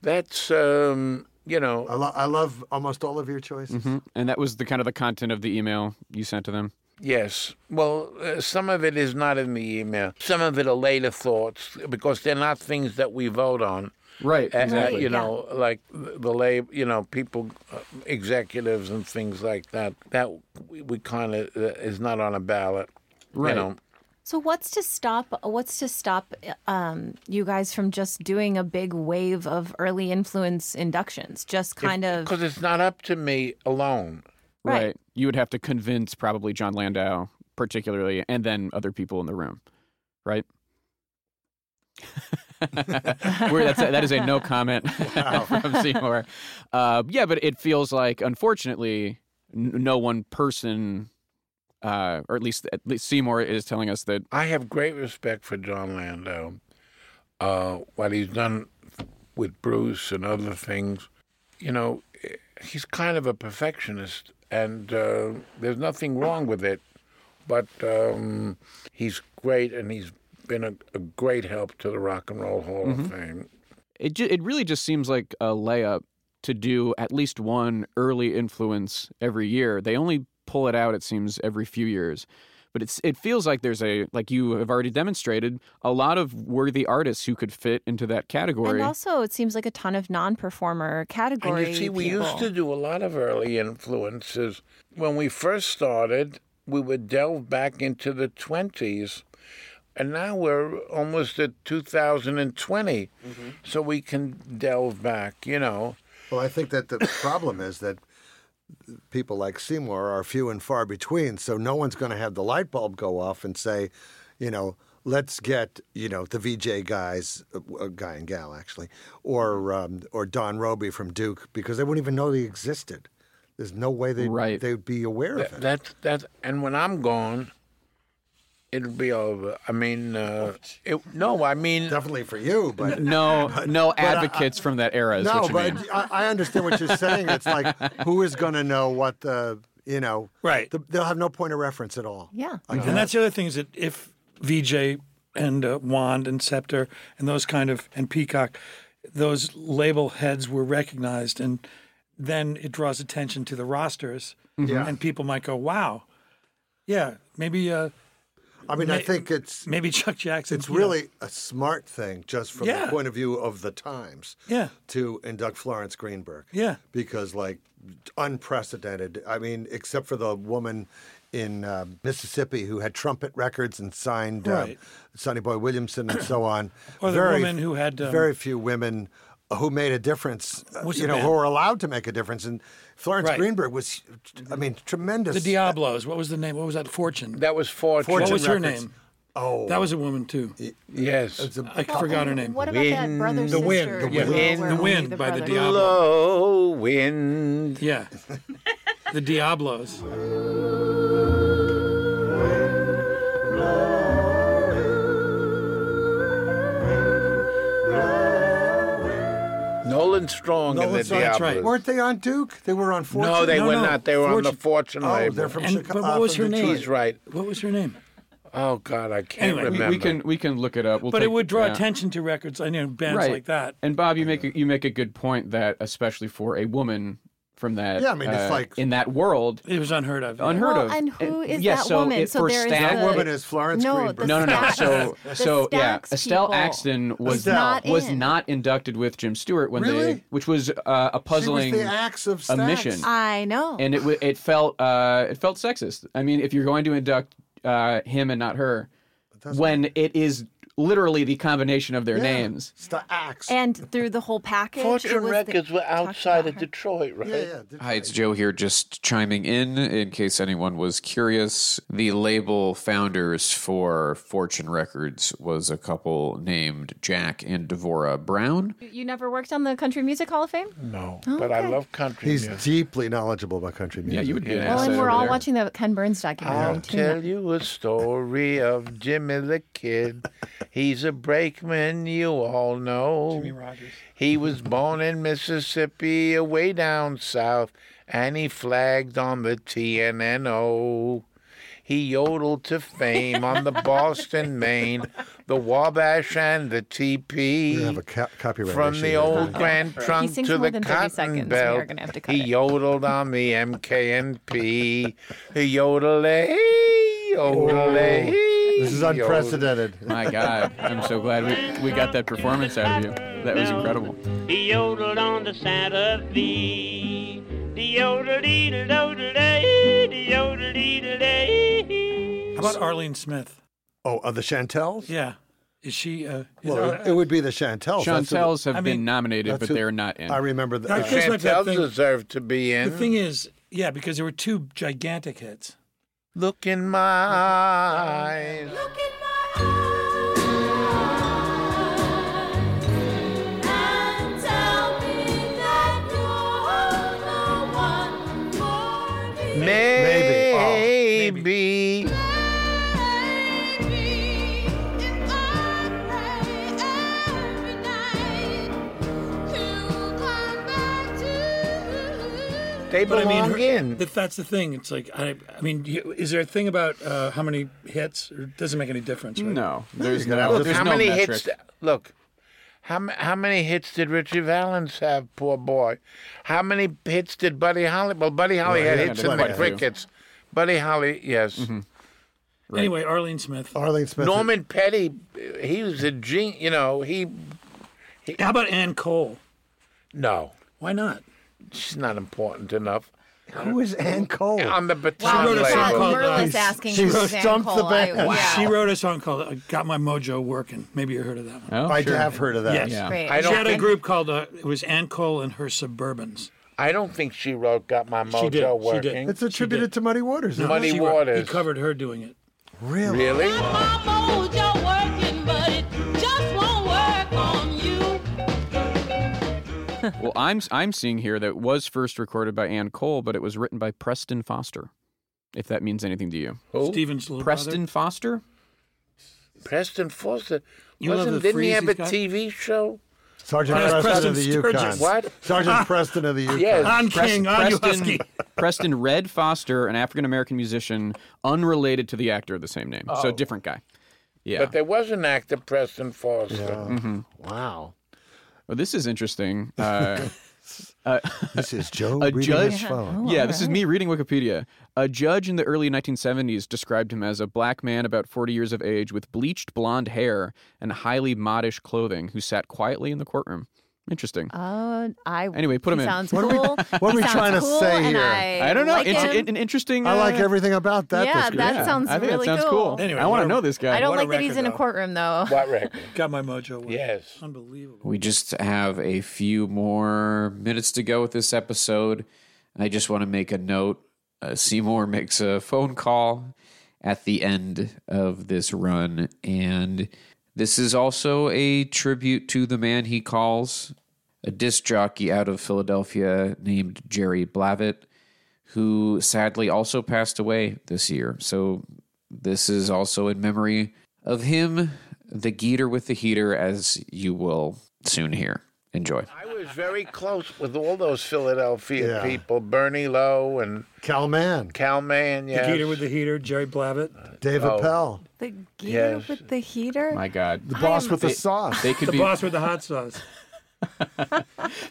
[SPEAKER 4] that's um, you know.
[SPEAKER 5] I,
[SPEAKER 7] Uh,
[SPEAKER 5] lo- I love almost all of your choices.
[SPEAKER 4] Mm-hmm.
[SPEAKER 2] And that was the kind of the content of the email you sent to them.
[SPEAKER 4] Yes. Well, uh, some of it is not in the email. Some of it are later thoughts because they're not things that we vote on.
[SPEAKER 2] Right.
[SPEAKER 4] Uh, uh, you know, like the the lab, you know, people, uh, executives and things like that. That we, we kind of uh, is not on a ballot.
[SPEAKER 2] Right.
[SPEAKER 4] You know,
[SPEAKER 6] So what's to stop? What's to stop um, you guys from just doing a big wave of early influence inductions? Just kind of
[SPEAKER 4] because it's not up to me alone.
[SPEAKER 6] Right.
[SPEAKER 2] You would have to convince probably John Landau, particularly, and then other people in the room, right? We're, that's a, that is a no comment from Seymour. Uh, yeah, but it feels like, unfortunately, n- no one person, uh, or at least, at least Seymour is telling us that.
[SPEAKER 4] I have great respect for John Landau, uh, what he's done with Bruce and other things. You know, he's kind of a perfectionist, and uh, there's nothing wrong with it. but um, he's great and he's been a, a great help to the Rock and Roll Hall
[SPEAKER 1] Mhm.
[SPEAKER 4] of Fame.
[SPEAKER 1] It ju- it really just seems like a layup to do at least one early influence every year. They only pull it out it seems every few years. But it's it feels like there's a like you have already demonstrated a lot of worthy artists who could fit into that category.
[SPEAKER 6] And also, it seems like a ton of non-performer
[SPEAKER 4] And
[SPEAKER 6] category.
[SPEAKER 4] you see, we used
[SPEAKER 6] people.
[SPEAKER 4] to do a lot of early influences. When we first started, we would delve back into the 20s, and now we're almost at 2020. So we can delve back, you know.
[SPEAKER 5] Well, I think that the problem is that people like Seymour are few and far between, so no one's going to have the light bulb go off and say, you know, let's get you know the VJ guys, uh, guy and gal actually, or
[SPEAKER 1] Mm-hmm.
[SPEAKER 5] um, or Don Roby from Duke because they wouldn't even know they existed. There's no way they
[SPEAKER 1] Right.
[SPEAKER 5] they'd be aware of
[SPEAKER 4] That,
[SPEAKER 5] it.
[SPEAKER 4] that, that, and when I'm gone, it'll be over. I mean, uh, it, no, I mean.
[SPEAKER 5] Definitely for you, but.
[SPEAKER 1] no no
[SPEAKER 5] I-
[SPEAKER 1] advocates from that era is
[SPEAKER 5] no,
[SPEAKER 1] what you
[SPEAKER 5] but
[SPEAKER 1] mean.
[SPEAKER 5] I, I understand what you're saying. It's like who is going to know what the you know
[SPEAKER 8] Right.
[SPEAKER 5] the, they'll have no point of reference at all.
[SPEAKER 6] Yeah.
[SPEAKER 5] I
[SPEAKER 8] And
[SPEAKER 5] guess.
[SPEAKER 8] that's the other thing is that if VJ and uh, Wand and Scepter and those kind of and Peacock, those label heads were recognized, and then it draws attention to the rosters,
[SPEAKER 5] Mm-hmm. Yeah.
[SPEAKER 8] and people might go, "Wow, yeah, maybe." Uh,
[SPEAKER 5] I mean, I think it's
[SPEAKER 8] maybe Chuck Jackson.
[SPEAKER 5] it's
[SPEAKER 8] you know.
[SPEAKER 5] really a smart thing, just from
[SPEAKER 8] Yeah.
[SPEAKER 5] the point of view of the times,
[SPEAKER 8] Yeah.
[SPEAKER 5] to induct Florence Greenberg.
[SPEAKER 8] Yeah.
[SPEAKER 5] because like unprecedented. I mean, except for the woman in uh, Mississippi who had Trumpet Records and signed
[SPEAKER 8] Right.
[SPEAKER 5] uh, Sonny Boy Williamson and so on.
[SPEAKER 8] Or the woman who had, um,
[SPEAKER 5] very few women. uh, Who made a difference? uh,
[SPEAKER 8] What's
[SPEAKER 5] you
[SPEAKER 8] her
[SPEAKER 5] know,
[SPEAKER 8] band?
[SPEAKER 5] who were allowed to make a difference, and Florence
[SPEAKER 8] Right.
[SPEAKER 5] Greenberg was, I mean, tremendous.
[SPEAKER 8] the Diablos. What was the name? What was that? Fortune.
[SPEAKER 4] That was Fortune.
[SPEAKER 8] what was her
[SPEAKER 5] Records.
[SPEAKER 8] name?
[SPEAKER 5] Oh,
[SPEAKER 8] That was a woman too.
[SPEAKER 4] Yes.
[SPEAKER 8] I forgot her name.
[SPEAKER 6] What about that brother
[SPEAKER 4] The Wind,
[SPEAKER 6] sister?
[SPEAKER 4] The
[SPEAKER 6] duo
[SPEAKER 4] Wind.
[SPEAKER 8] In
[SPEAKER 6] where
[SPEAKER 8] the
[SPEAKER 6] only
[SPEAKER 8] Wind by the
[SPEAKER 6] brother-
[SPEAKER 8] Diablo.
[SPEAKER 4] Blow wind.
[SPEAKER 8] Yeah. the Diablos.
[SPEAKER 4] Nolan Strong
[SPEAKER 5] Nolan
[SPEAKER 4] and the
[SPEAKER 5] Strong,
[SPEAKER 8] that's
[SPEAKER 4] Diablos.
[SPEAKER 8] right.
[SPEAKER 5] Weren't they on Duke? They were on Fortune.
[SPEAKER 4] No, they
[SPEAKER 8] No,
[SPEAKER 4] were
[SPEAKER 8] no,
[SPEAKER 4] not. They were on
[SPEAKER 8] Fortune.
[SPEAKER 4] the Fortune
[SPEAKER 5] Oh,
[SPEAKER 4] label.
[SPEAKER 5] they're from
[SPEAKER 8] And-
[SPEAKER 5] Chicago.
[SPEAKER 8] but what was her name?
[SPEAKER 4] He's right.
[SPEAKER 8] What was her name?
[SPEAKER 4] Oh God, I can't
[SPEAKER 8] Anyway, we- we
[SPEAKER 4] remember.
[SPEAKER 1] we can we can look it up. We'll
[SPEAKER 8] but
[SPEAKER 1] take-
[SPEAKER 8] it would draw
[SPEAKER 1] yeah.
[SPEAKER 8] attention to records. I know bands
[SPEAKER 1] Right.
[SPEAKER 8] like that.
[SPEAKER 1] And Bob, you make a, you make a good point that especially for a woman from that
[SPEAKER 5] Yeah, I mean, it's
[SPEAKER 1] uh,
[SPEAKER 5] like-
[SPEAKER 1] in that world
[SPEAKER 8] It was unheard of.
[SPEAKER 1] unheard
[SPEAKER 6] Well,
[SPEAKER 1] of.
[SPEAKER 6] and who is
[SPEAKER 1] yeah,
[SPEAKER 6] that
[SPEAKER 1] so
[SPEAKER 6] woman?
[SPEAKER 1] It,
[SPEAKER 6] So
[SPEAKER 1] for
[SPEAKER 6] there is
[SPEAKER 1] Stack,
[SPEAKER 6] the-
[SPEAKER 5] That woman is Florence
[SPEAKER 6] No,
[SPEAKER 5] Greenberg.
[SPEAKER 6] the
[SPEAKER 1] no, no, no.
[SPEAKER 6] Stacks-
[SPEAKER 1] So,
[SPEAKER 6] the
[SPEAKER 1] so yeah,
[SPEAKER 6] Stacks
[SPEAKER 1] Estelle
[SPEAKER 6] people.
[SPEAKER 1] Axton was
[SPEAKER 5] Estelle.
[SPEAKER 6] Not
[SPEAKER 1] was
[SPEAKER 6] in.
[SPEAKER 1] not inducted with Jim Stewart when they,
[SPEAKER 5] Really?
[SPEAKER 1] which was uh, a puzzling
[SPEAKER 5] she was the axe of Stax.
[SPEAKER 1] omission,
[SPEAKER 6] I know.
[SPEAKER 1] and it wa- it felt uh, it felt sexist. I mean, if you're going to induct uh, him and not her, when it is literally the combination of their names.
[SPEAKER 5] It's the axe.
[SPEAKER 6] And through the whole package. it
[SPEAKER 4] Fortune
[SPEAKER 6] was the-
[SPEAKER 4] Records were
[SPEAKER 6] talked about
[SPEAKER 4] outside of
[SPEAKER 6] her.
[SPEAKER 4] Detroit, right?
[SPEAKER 5] yeah, yeah.
[SPEAKER 14] Hi, it's Joe here, just chiming in in case anyone was curious. The label founders for Fortune Records was a couple named Jack and Devora Brown.
[SPEAKER 6] You never worked on the Country Music Hall of Fame?
[SPEAKER 4] No,
[SPEAKER 6] Oh,
[SPEAKER 4] but I love country
[SPEAKER 5] He's
[SPEAKER 4] music.
[SPEAKER 5] deeply knowledgeable about country music.
[SPEAKER 1] Yeah, you would be an
[SPEAKER 6] Well,
[SPEAKER 1] asset
[SPEAKER 6] and we're
[SPEAKER 1] over
[SPEAKER 6] all
[SPEAKER 1] there.
[SPEAKER 6] watching the Ken Burns documentary
[SPEAKER 4] I'll
[SPEAKER 6] too.
[SPEAKER 4] tell you a story of Jimmy the Kid. He's a brakeman, you all know. Jimmy Rogers. He was born in Mississippi, away down south, and he flagged on the TNNO. He yodeled to fame on the Boston, Maine, the Wabash, and the TP.
[SPEAKER 5] You have a ca- copyright
[SPEAKER 4] From
[SPEAKER 5] issue
[SPEAKER 4] the
[SPEAKER 5] there.
[SPEAKER 4] old Grand Trunk
[SPEAKER 6] sings
[SPEAKER 4] to
[SPEAKER 6] more
[SPEAKER 4] the
[SPEAKER 6] than 30
[SPEAKER 4] Cotton
[SPEAKER 6] seconds. We are
[SPEAKER 4] Belt,
[SPEAKER 6] gonna have to cut
[SPEAKER 4] he
[SPEAKER 6] it.
[SPEAKER 4] yodeled on the MKNP. he yodeled, hey, yodeled, hey,
[SPEAKER 5] This is
[SPEAKER 4] yodeled.
[SPEAKER 5] unprecedented.
[SPEAKER 1] My God, I'm so glad we, we got that performance out of you. That was incredible.
[SPEAKER 9] He yodeled on the Santa Fe. The yodel deedle dodel day, the yodel deedle day.
[SPEAKER 8] How about Arlene Smith?
[SPEAKER 5] Oh, of the Chantels?
[SPEAKER 8] Yeah. Is she? Uh, is
[SPEAKER 5] Well,
[SPEAKER 8] Ar-
[SPEAKER 5] it would be the Chantels. That's who-
[SPEAKER 1] Chantels have
[SPEAKER 8] I
[SPEAKER 1] been
[SPEAKER 8] mean,
[SPEAKER 1] nominated,
[SPEAKER 5] that's
[SPEAKER 1] but
[SPEAKER 5] who-
[SPEAKER 1] they are not in.
[SPEAKER 5] I remember
[SPEAKER 8] I
[SPEAKER 5] that.
[SPEAKER 8] guess- Here's my
[SPEAKER 4] Chantel
[SPEAKER 8] thing.
[SPEAKER 4] deserved to be
[SPEAKER 8] the
[SPEAKER 4] in.
[SPEAKER 8] thing is, yeah, because there were two gigantic hits.
[SPEAKER 4] Look in my eyes.
[SPEAKER 8] Oh,
[SPEAKER 4] Maybe.
[SPEAKER 5] Maybe.
[SPEAKER 4] They
[SPEAKER 8] But I mean,
[SPEAKER 4] belong
[SPEAKER 8] her-
[SPEAKER 4] in.
[SPEAKER 8] That, that's the thing. It's like I, I mean, you- is there a thing about uh, how many hits? Or it doesn't make any difference. Right?
[SPEAKER 2] No,
[SPEAKER 4] Look, how many hits? Look, how m- how many hits did Richie Valens have? Poor boy. How many hits did Buddy Holly? Well, Buddy Holly
[SPEAKER 8] Well,
[SPEAKER 4] had
[SPEAKER 8] yeah,
[SPEAKER 4] hits
[SPEAKER 8] there
[SPEAKER 4] in
[SPEAKER 8] were
[SPEAKER 4] the
[SPEAKER 8] quite a few.
[SPEAKER 4] crickets. Buddy Holly, yes.
[SPEAKER 8] Anyway, Arlene Smith.
[SPEAKER 5] Arlene Smith.
[SPEAKER 4] Norman Petty, he was a gene. You know, he. he
[SPEAKER 8] how about Ann Cole?
[SPEAKER 4] No,
[SPEAKER 8] Why not?
[SPEAKER 4] she's not important enough.
[SPEAKER 5] Who is Ann Cole?
[SPEAKER 4] On the
[SPEAKER 8] Oh. She
[SPEAKER 4] baton
[SPEAKER 8] wrote a song
[SPEAKER 4] label.
[SPEAKER 8] called.
[SPEAKER 13] Merla's
[SPEAKER 8] uh,
[SPEAKER 13] asking She who's Ann stumped the Cole. I- band. wow.
[SPEAKER 8] She wrote a song called uh, "Got My Mojo Working." Maybe you heard of that one.
[SPEAKER 5] Oh, I sure. have heard of that.
[SPEAKER 8] Yes.
[SPEAKER 5] Yeah.
[SPEAKER 13] Great.
[SPEAKER 8] I
[SPEAKER 13] I
[SPEAKER 8] she
[SPEAKER 13] don't
[SPEAKER 8] had a
[SPEAKER 13] think-
[SPEAKER 8] group called uh, it was Ann Cole and her Suburbans.
[SPEAKER 4] I don't think she wrote "Got My Mojo
[SPEAKER 8] she did.
[SPEAKER 4] Working."
[SPEAKER 8] She did.
[SPEAKER 5] It's attributed to Muddy Waters.
[SPEAKER 8] No,
[SPEAKER 5] isn't it?
[SPEAKER 8] she wrote- He covered her doing it.
[SPEAKER 5] Really?
[SPEAKER 4] Really?
[SPEAKER 12] mojo working, but it just won't work on you.
[SPEAKER 2] well, I'm I'm seeing here that it was first recorded by Ann Cole, but it was written by Preston Foster. If that means anything to you,
[SPEAKER 4] Who?
[SPEAKER 8] Stephen's little
[SPEAKER 2] Preston Foster.
[SPEAKER 4] Preston Foster.
[SPEAKER 8] You love
[SPEAKER 4] wasn't,
[SPEAKER 8] the
[SPEAKER 4] didn't he
[SPEAKER 8] freeze
[SPEAKER 4] have
[SPEAKER 8] he's
[SPEAKER 4] a
[SPEAKER 8] got?
[SPEAKER 4] TV show?
[SPEAKER 5] Sergeant
[SPEAKER 8] Preston
[SPEAKER 5] Preston, of the
[SPEAKER 8] Sturgis.
[SPEAKER 5] Yukon.
[SPEAKER 4] What?
[SPEAKER 5] Sergeant Preston of the Yukon.
[SPEAKER 4] Yes.
[SPEAKER 8] On
[SPEAKER 2] Pres-
[SPEAKER 8] King, on you
[SPEAKER 2] Preston,
[SPEAKER 8] husky.
[SPEAKER 2] Preston Red Foster, an African American musician, unrelated to the actor of the same name. So different guy. Yeah.
[SPEAKER 4] But there was an actor, Preston Foster.
[SPEAKER 8] Mm-hmm.
[SPEAKER 5] Wow.
[SPEAKER 2] Well, this is interesting. Uh,
[SPEAKER 5] This is Joe
[SPEAKER 2] a
[SPEAKER 5] reading
[SPEAKER 2] judge.
[SPEAKER 5] his phone.
[SPEAKER 2] yeah, this is me reading Wikipedia. A judge in the early 1970s described him as a black man about 40 years of age with bleached blonde hair and highly modish clothing who sat quietly in the courtroom. Interesting.
[SPEAKER 6] Uh, I
[SPEAKER 2] Anyway, put
[SPEAKER 6] he
[SPEAKER 2] him in.
[SPEAKER 6] Sounds
[SPEAKER 5] What are we-
[SPEAKER 6] cool.
[SPEAKER 5] what are
[SPEAKER 6] He
[SPEAKER 5] we
[SPEAKER 6] sounds
[SPEAKER 5] trying to
[SPEAKER 6] cool,
[SPEAKER 5] say
[SPEAKER 6] and
[SPEAKER 5] here?
[SPEAKER 6] I,
[SPEAKER 2] I don't know.
[SPEAKER 6] Like
[SPEAKER 2] it's
[SPEAKER 6] him.
[SPEAKER 2] an an interesting.
[SPEAKER 5] I like
[SPEAKER 2] uh,
[SPEAKER 5] everything about that.
[SPEAKER 6] yeah,
[SPEAKER 5] description.
[SPEAKER 6] that sounds
[SPEAKER 2] I think
[SPEAKER 6] really
[SPEAKER 2] it sounds cool.
[SPEAKER 8] Anyway,
[SPEAKER 2] I want
[SPEAKER 8] what
[SPEAKER 2] to
[SPEAKER 8] a-
[SPEAKER 2] know this guy.
[SPEAKER 6] I don't
[SPEAKER 8] What a
[SPEAKER 6] like that he's
[SPEAKER 8] record,
[SPEAKER 6] in a
[SPEAKER 8] though.
[SPEAKER 6] courtroom though.
[SPEAKER 4] What record?
[SPEAKER 8] Got my mojo. Working.
[SPEAKER 4] Yes.
[SPEAKER 8] Unbelievable.
[SPEAKER 1] We just have a few more minutes to go with this episode. I just want to make a note. Uh, Seymour makes a phone call at the end of this run. And this is also a tribute to the man he calls, a disc jockey out of Philadelphia named Jerry Blavitt, who sadly also passed away this year. So this is also in memory of him, the geeter with the heater, as you will soon hear. Enjoy.
[SPEAKER 4] I was very close with all those Philadelphia
[SPEAKER 5] Yeah.
[SPEAKER 4] people, Bernie Lowe and
[SPEAKER 5] Cal Mann,
[SPEAKER 4] Cal Mann.
[SPEAKER 8] The
[SPEAKER 4] Yes.
[SPEAKER 8] Gator with the heater, Jerry Blavitt.
[SPEAKER 5] Dave
[SPEAKER 4] Oh.
[SPEAKER 5] Appel,
[SPEAKER 6] The
[SPEAKER 4] gear
[SPEAKER 6] gear
[SPEAKER 4] Yes.
[SPEAKER 6] with the heater.
[SPEAKER 2] My God,
[SPEAKER 5] the boss with the sauce.
[SPEAKER 2] they could
[SPEAKER 8] The
[SPEAKER 2] be
[SPEAKER 8] boss with the hot sauce.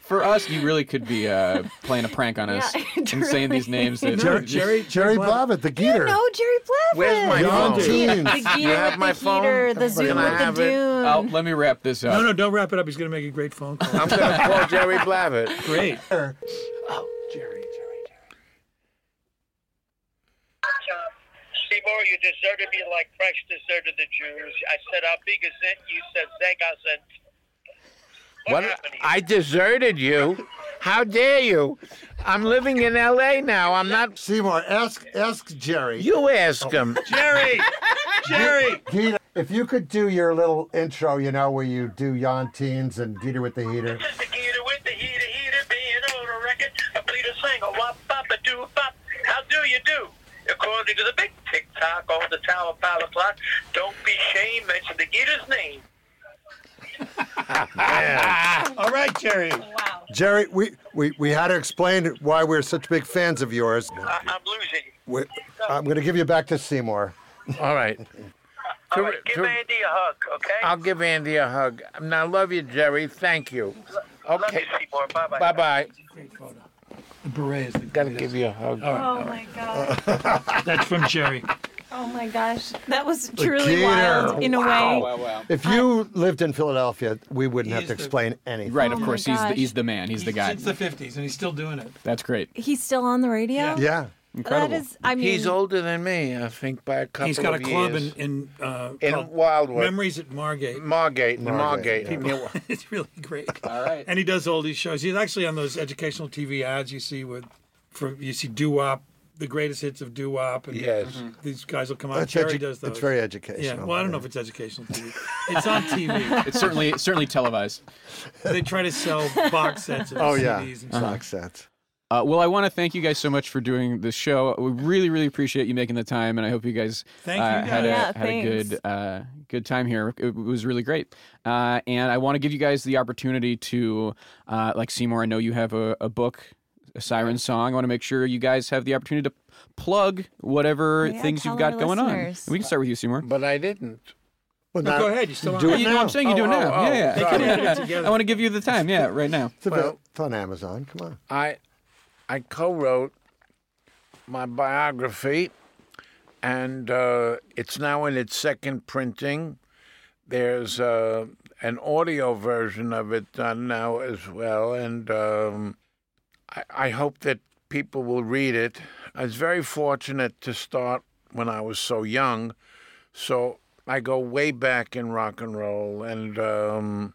[SPEAKER 2] for us. You really could be uh, playing a prank on us
[SPEAKER 6] Yeah,
[SPEAKER 2] and saying these names. That
[SPEAKER 8] No, Jerry,
[SPEAKER 5] Jerry
[SPEAKER 8] Blavitt.
[SPEAKER 5] Blavitt, the geeter.
[SPEAKER 6] No, Jerry Blavitt.
[SPEAKER 4] Where's my
[SPEAKER 5] John
[SPEAKER 4] phone?
[SPEAKER 5] Dean.
[SPEAKER 6] The gear
[SPEAKER 4] You have
[SPEAKER 6] with
[SPEAKER 4] my
[SPEAKER 6] the heater.
[SPEAKER 4] phone?
[SPEAKER 6] The zoom
[SPEAKER 4] Can I
[SPEAKER 6] with
[SPEAKER 4] have
[SPEAKER 6] the
[SPEAKER 4] it?
[SPEAKER 6] dune.
[SPEAKER 2] Oh, let me wrap this up.
[SPEAKER 8] No, no, don't wrap it up. He's going to make a great phone call.
[SPEAKER 4] I'm going to call Jerry Blavitt.
[SPEAKER 8] great.
[SPEAKER 15] Seymour, you deserted me like French deserted the Jews. I said, I'll be gazette. You said, Zegazet.
[SPEAKER 4] What? I deserted you. How dare you? I'm living in L.A. now. I'm not. Oh.
[SPEAKER 5] Seymour, ask ask Jerry.
[SPEAKER 4] You ask him.
[SPEAKER 15] Jerry! Jerry!
[SPEAKER 5] Geeter, if you could do your little intro, you know, where you do Yontines and Geeter with the heater.
[SPEAKER 15] Just a gator with the heater, heater, being on a record. I bleed a single, wop, bop, a doo, bop. How do you do? According to the big tick tock on the tower pilot plot, don't be ashamed, mention the gator's name.
[SPEAKER 4] All right, Jerry.
[SPEAKER 5] Jerry, we, we, we had to explain why we're such big fans of yours.
[SPEAKER 15] I- I'm losing.
[SPEAKER 5] We, I'm going to give you back to Seymour.
[SPEAKER 4] All right.
[SPEAKER 15] All
[SPEAKER 4] Ter-
[SPEAKER 15] right, give
[SPEAKER 4] ter-
[SPEAKER 15] Andy a hug, okay?
[SPEAKER 4] I'll give Andy a hug. And I love you, Jerry. Thank you.
[SPEAKER 15] Love you,
[SPEAKER 4] Okay.
[SPEAKER 15] Seymour. Bye-bye.
[SPEAKER 4] Bye bye.
[SPEAKER 8] The beret is the
[SPEAKER 4] Gotta give you a hug.
[SPEAKER 8] Oh my god. That's from Jerry.
[SPEAKER 6] Oh my gosh, that was
[SPEAKER 5] truly
[SPEAKER 6] truly
[SPEAKER 5] gator.
[SPEAKER 6] wild
[SPEAKER 5] wild
[SPEAKER 6] in a way.
[SPEAKER 2] Wow, wow.
[SPEAKER 5] If you lived in Philadelphia, we wouldn't have to explain anything.
[SPEAKER 2] Right,
[SPEAKER 6] Oh
[SPEAKER 2] of
[SPEAKER 6] my
[SPEAKER 2] course. He's the,
[SPEAKER 6] gosh.
[SPEAKER 2] he's the man. He's the guy.
[SPEAKER 8] Since the 50s, and he's still doing it.
[SPEAKER 2] That's great.
[SPEAKER 6] He's still on the radio.
[SPEAKER 8] Yeah.
[SPEAKER 5] Yeah.
[SPEAKER 6] That
[SPEAKER 2] Incredible.
[SPEAKER 6] is, I mean,
[SPEAKER 4] He's older than me, I think, by a couple
[SPEAKER 8] He's got a
[SPEAKER 4] of
[SPEAKER 8] club
[SPEAKER 4] years.
[SPEAKER 8] in in, uh,
[SPEAKER 4] In
[SPEAKER 8] called
[SPEAKER 4] Wildwood.
[SPEAKER 8] Memories at Margate.
[SPEAKER 4] Margate. in Margate.
[SPEAKER 5] Margate,
[SPEAKER 4] Yeah.
[SPEAKER 8] it's really great.
[SPEAKER 2] All right.
[SPEAKER 8] And he does all these shows. He's actually on those educational TV ads you see with, for you see doo wop, the greatest hits of doo wop, and
[SPEAKER 4] Yes.
[SPEAKER 8] these guys will come out.
[SPEAKER 5] That's
[SPEAKER 8] Jerry
[SPEAKER 5] edu-
[SPEAKER 8] does those.
[SPEAKER 5] It's very
[SPEAKER 8] yeah.
[SPEAKER 5] educational.
[SPEAKER 8] Well, I don't know if it's educational TV. It's on TV.
[SPEAKER 2] It's certainly it's certainly televised.
[SPEAKER 8] they try to sell box sets of
[SPEAKER 5] Oh,
[SPEAKER 8] CDs
[SPEAKER 5] yeah.
[SPEAKER 8] and stuff.
[SPEAKER 5] Sock sets.
[SPEAKER 2] Uh, well, I want to thank you guys so much for doing this show. We really, really appreciate you making the time, and I hope you guys,
[SPEAKER 8] Thank
[SPEAKER 2] uh,
[SPEAKER 8] you guys.
[SPEAKER 2] had, a,
[SPEAKER 6] Yeah,
[SPEAKER 2] had a
[SPEAKER 6] thanks.
[SPEAKER 2] good uh, good time here. It was really great, uh, and I want to give you guys the opportunity to, uh, like Seymour, I know you have a, a book
[SPEAKER 8] siren song. I want to make sure you guys have the opportunity to plug whatever
[SPEAKER 4] Yeah,
[SPEAKER 8] things you've
[SPEAKER 4] tell our
[SPEAKER 8] got going on.
[SPEAKER 4] listeners.
[SPEAKER 8] We can start with you, Seymour.
[SPEAKER 4] But I didn't.
[SPEAKER 5] Well,
[SPEAKER 4] now-
[SPEAKER 5] go ahead, you still
[SPEAKER 8] do
[SPEAKER 5] are.
[SPEAKER 8] it. You know what I'm saying? You
[SPEAKER 4] Oh,
[SPEAKER 8] do it now.
[SPEAKER 4] oh, oh,
[SPEAKER 8] yeah,
[SPEAKER 4] sorry.
[SPEAKER 8] yeah.
[SPEAKER 4] They couldn't do it
[SPEAKER 8] I want to give you the time. Yeah, right now.
[SPEAKER 5] It's, avail- it's on Amazon. Come on.
[SPEAKER 4] I I co-wrote my biography, and uh, it's now in its second printing. There's uh, an audio version of it done now as well, and um, I, I hope that people will read it. I was very fortunate to start when I was so young, so I go way back in rock and roll, and um,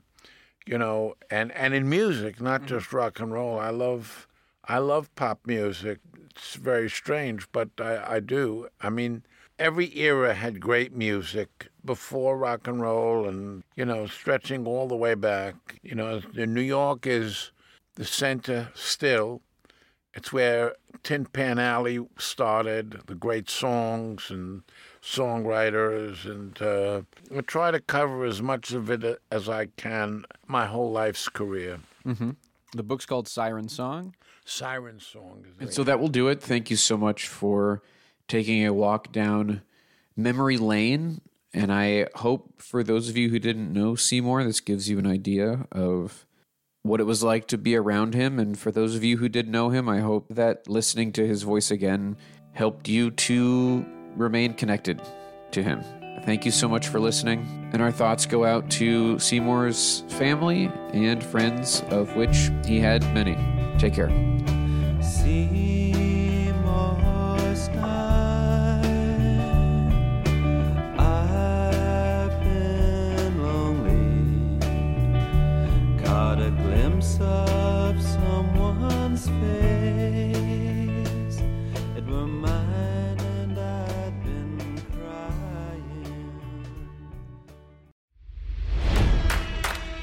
[SPEAKER 4] you know, and and in music, not just rock and roll. I love I love pop music. It's very strange, but I, I do. I mean, every era had great music before rock and roll, and you know, stretching all the way back. You know, New York is the center still. It's where Tin Pan Alley started, the great songs and songwriters, and uh, I try to cover as much of it uh, as I can my whole life's career.
[SPEAKER 8] Mm-hmm. The book's called Siren Song.
[SPEAKER 4] Siren Song is
[SPEAKER 1] And so that will do it. Thank you so much for taking a walk down memory lane. And I hope for those of you who didn't know Seymour, this gives you an idea of what it was like to be around him. And for those of you who did know him, I hope that listening to his voice again helped you to remain connected to him. Thank you so much for listening. And our thoughts go out to Seymour's family and friends, of which he had many. Take care.
[SPEAKER 16] Seymour's time. I've been lonely. Caught a glimpse of someone's face. It were mine, and I've been crying.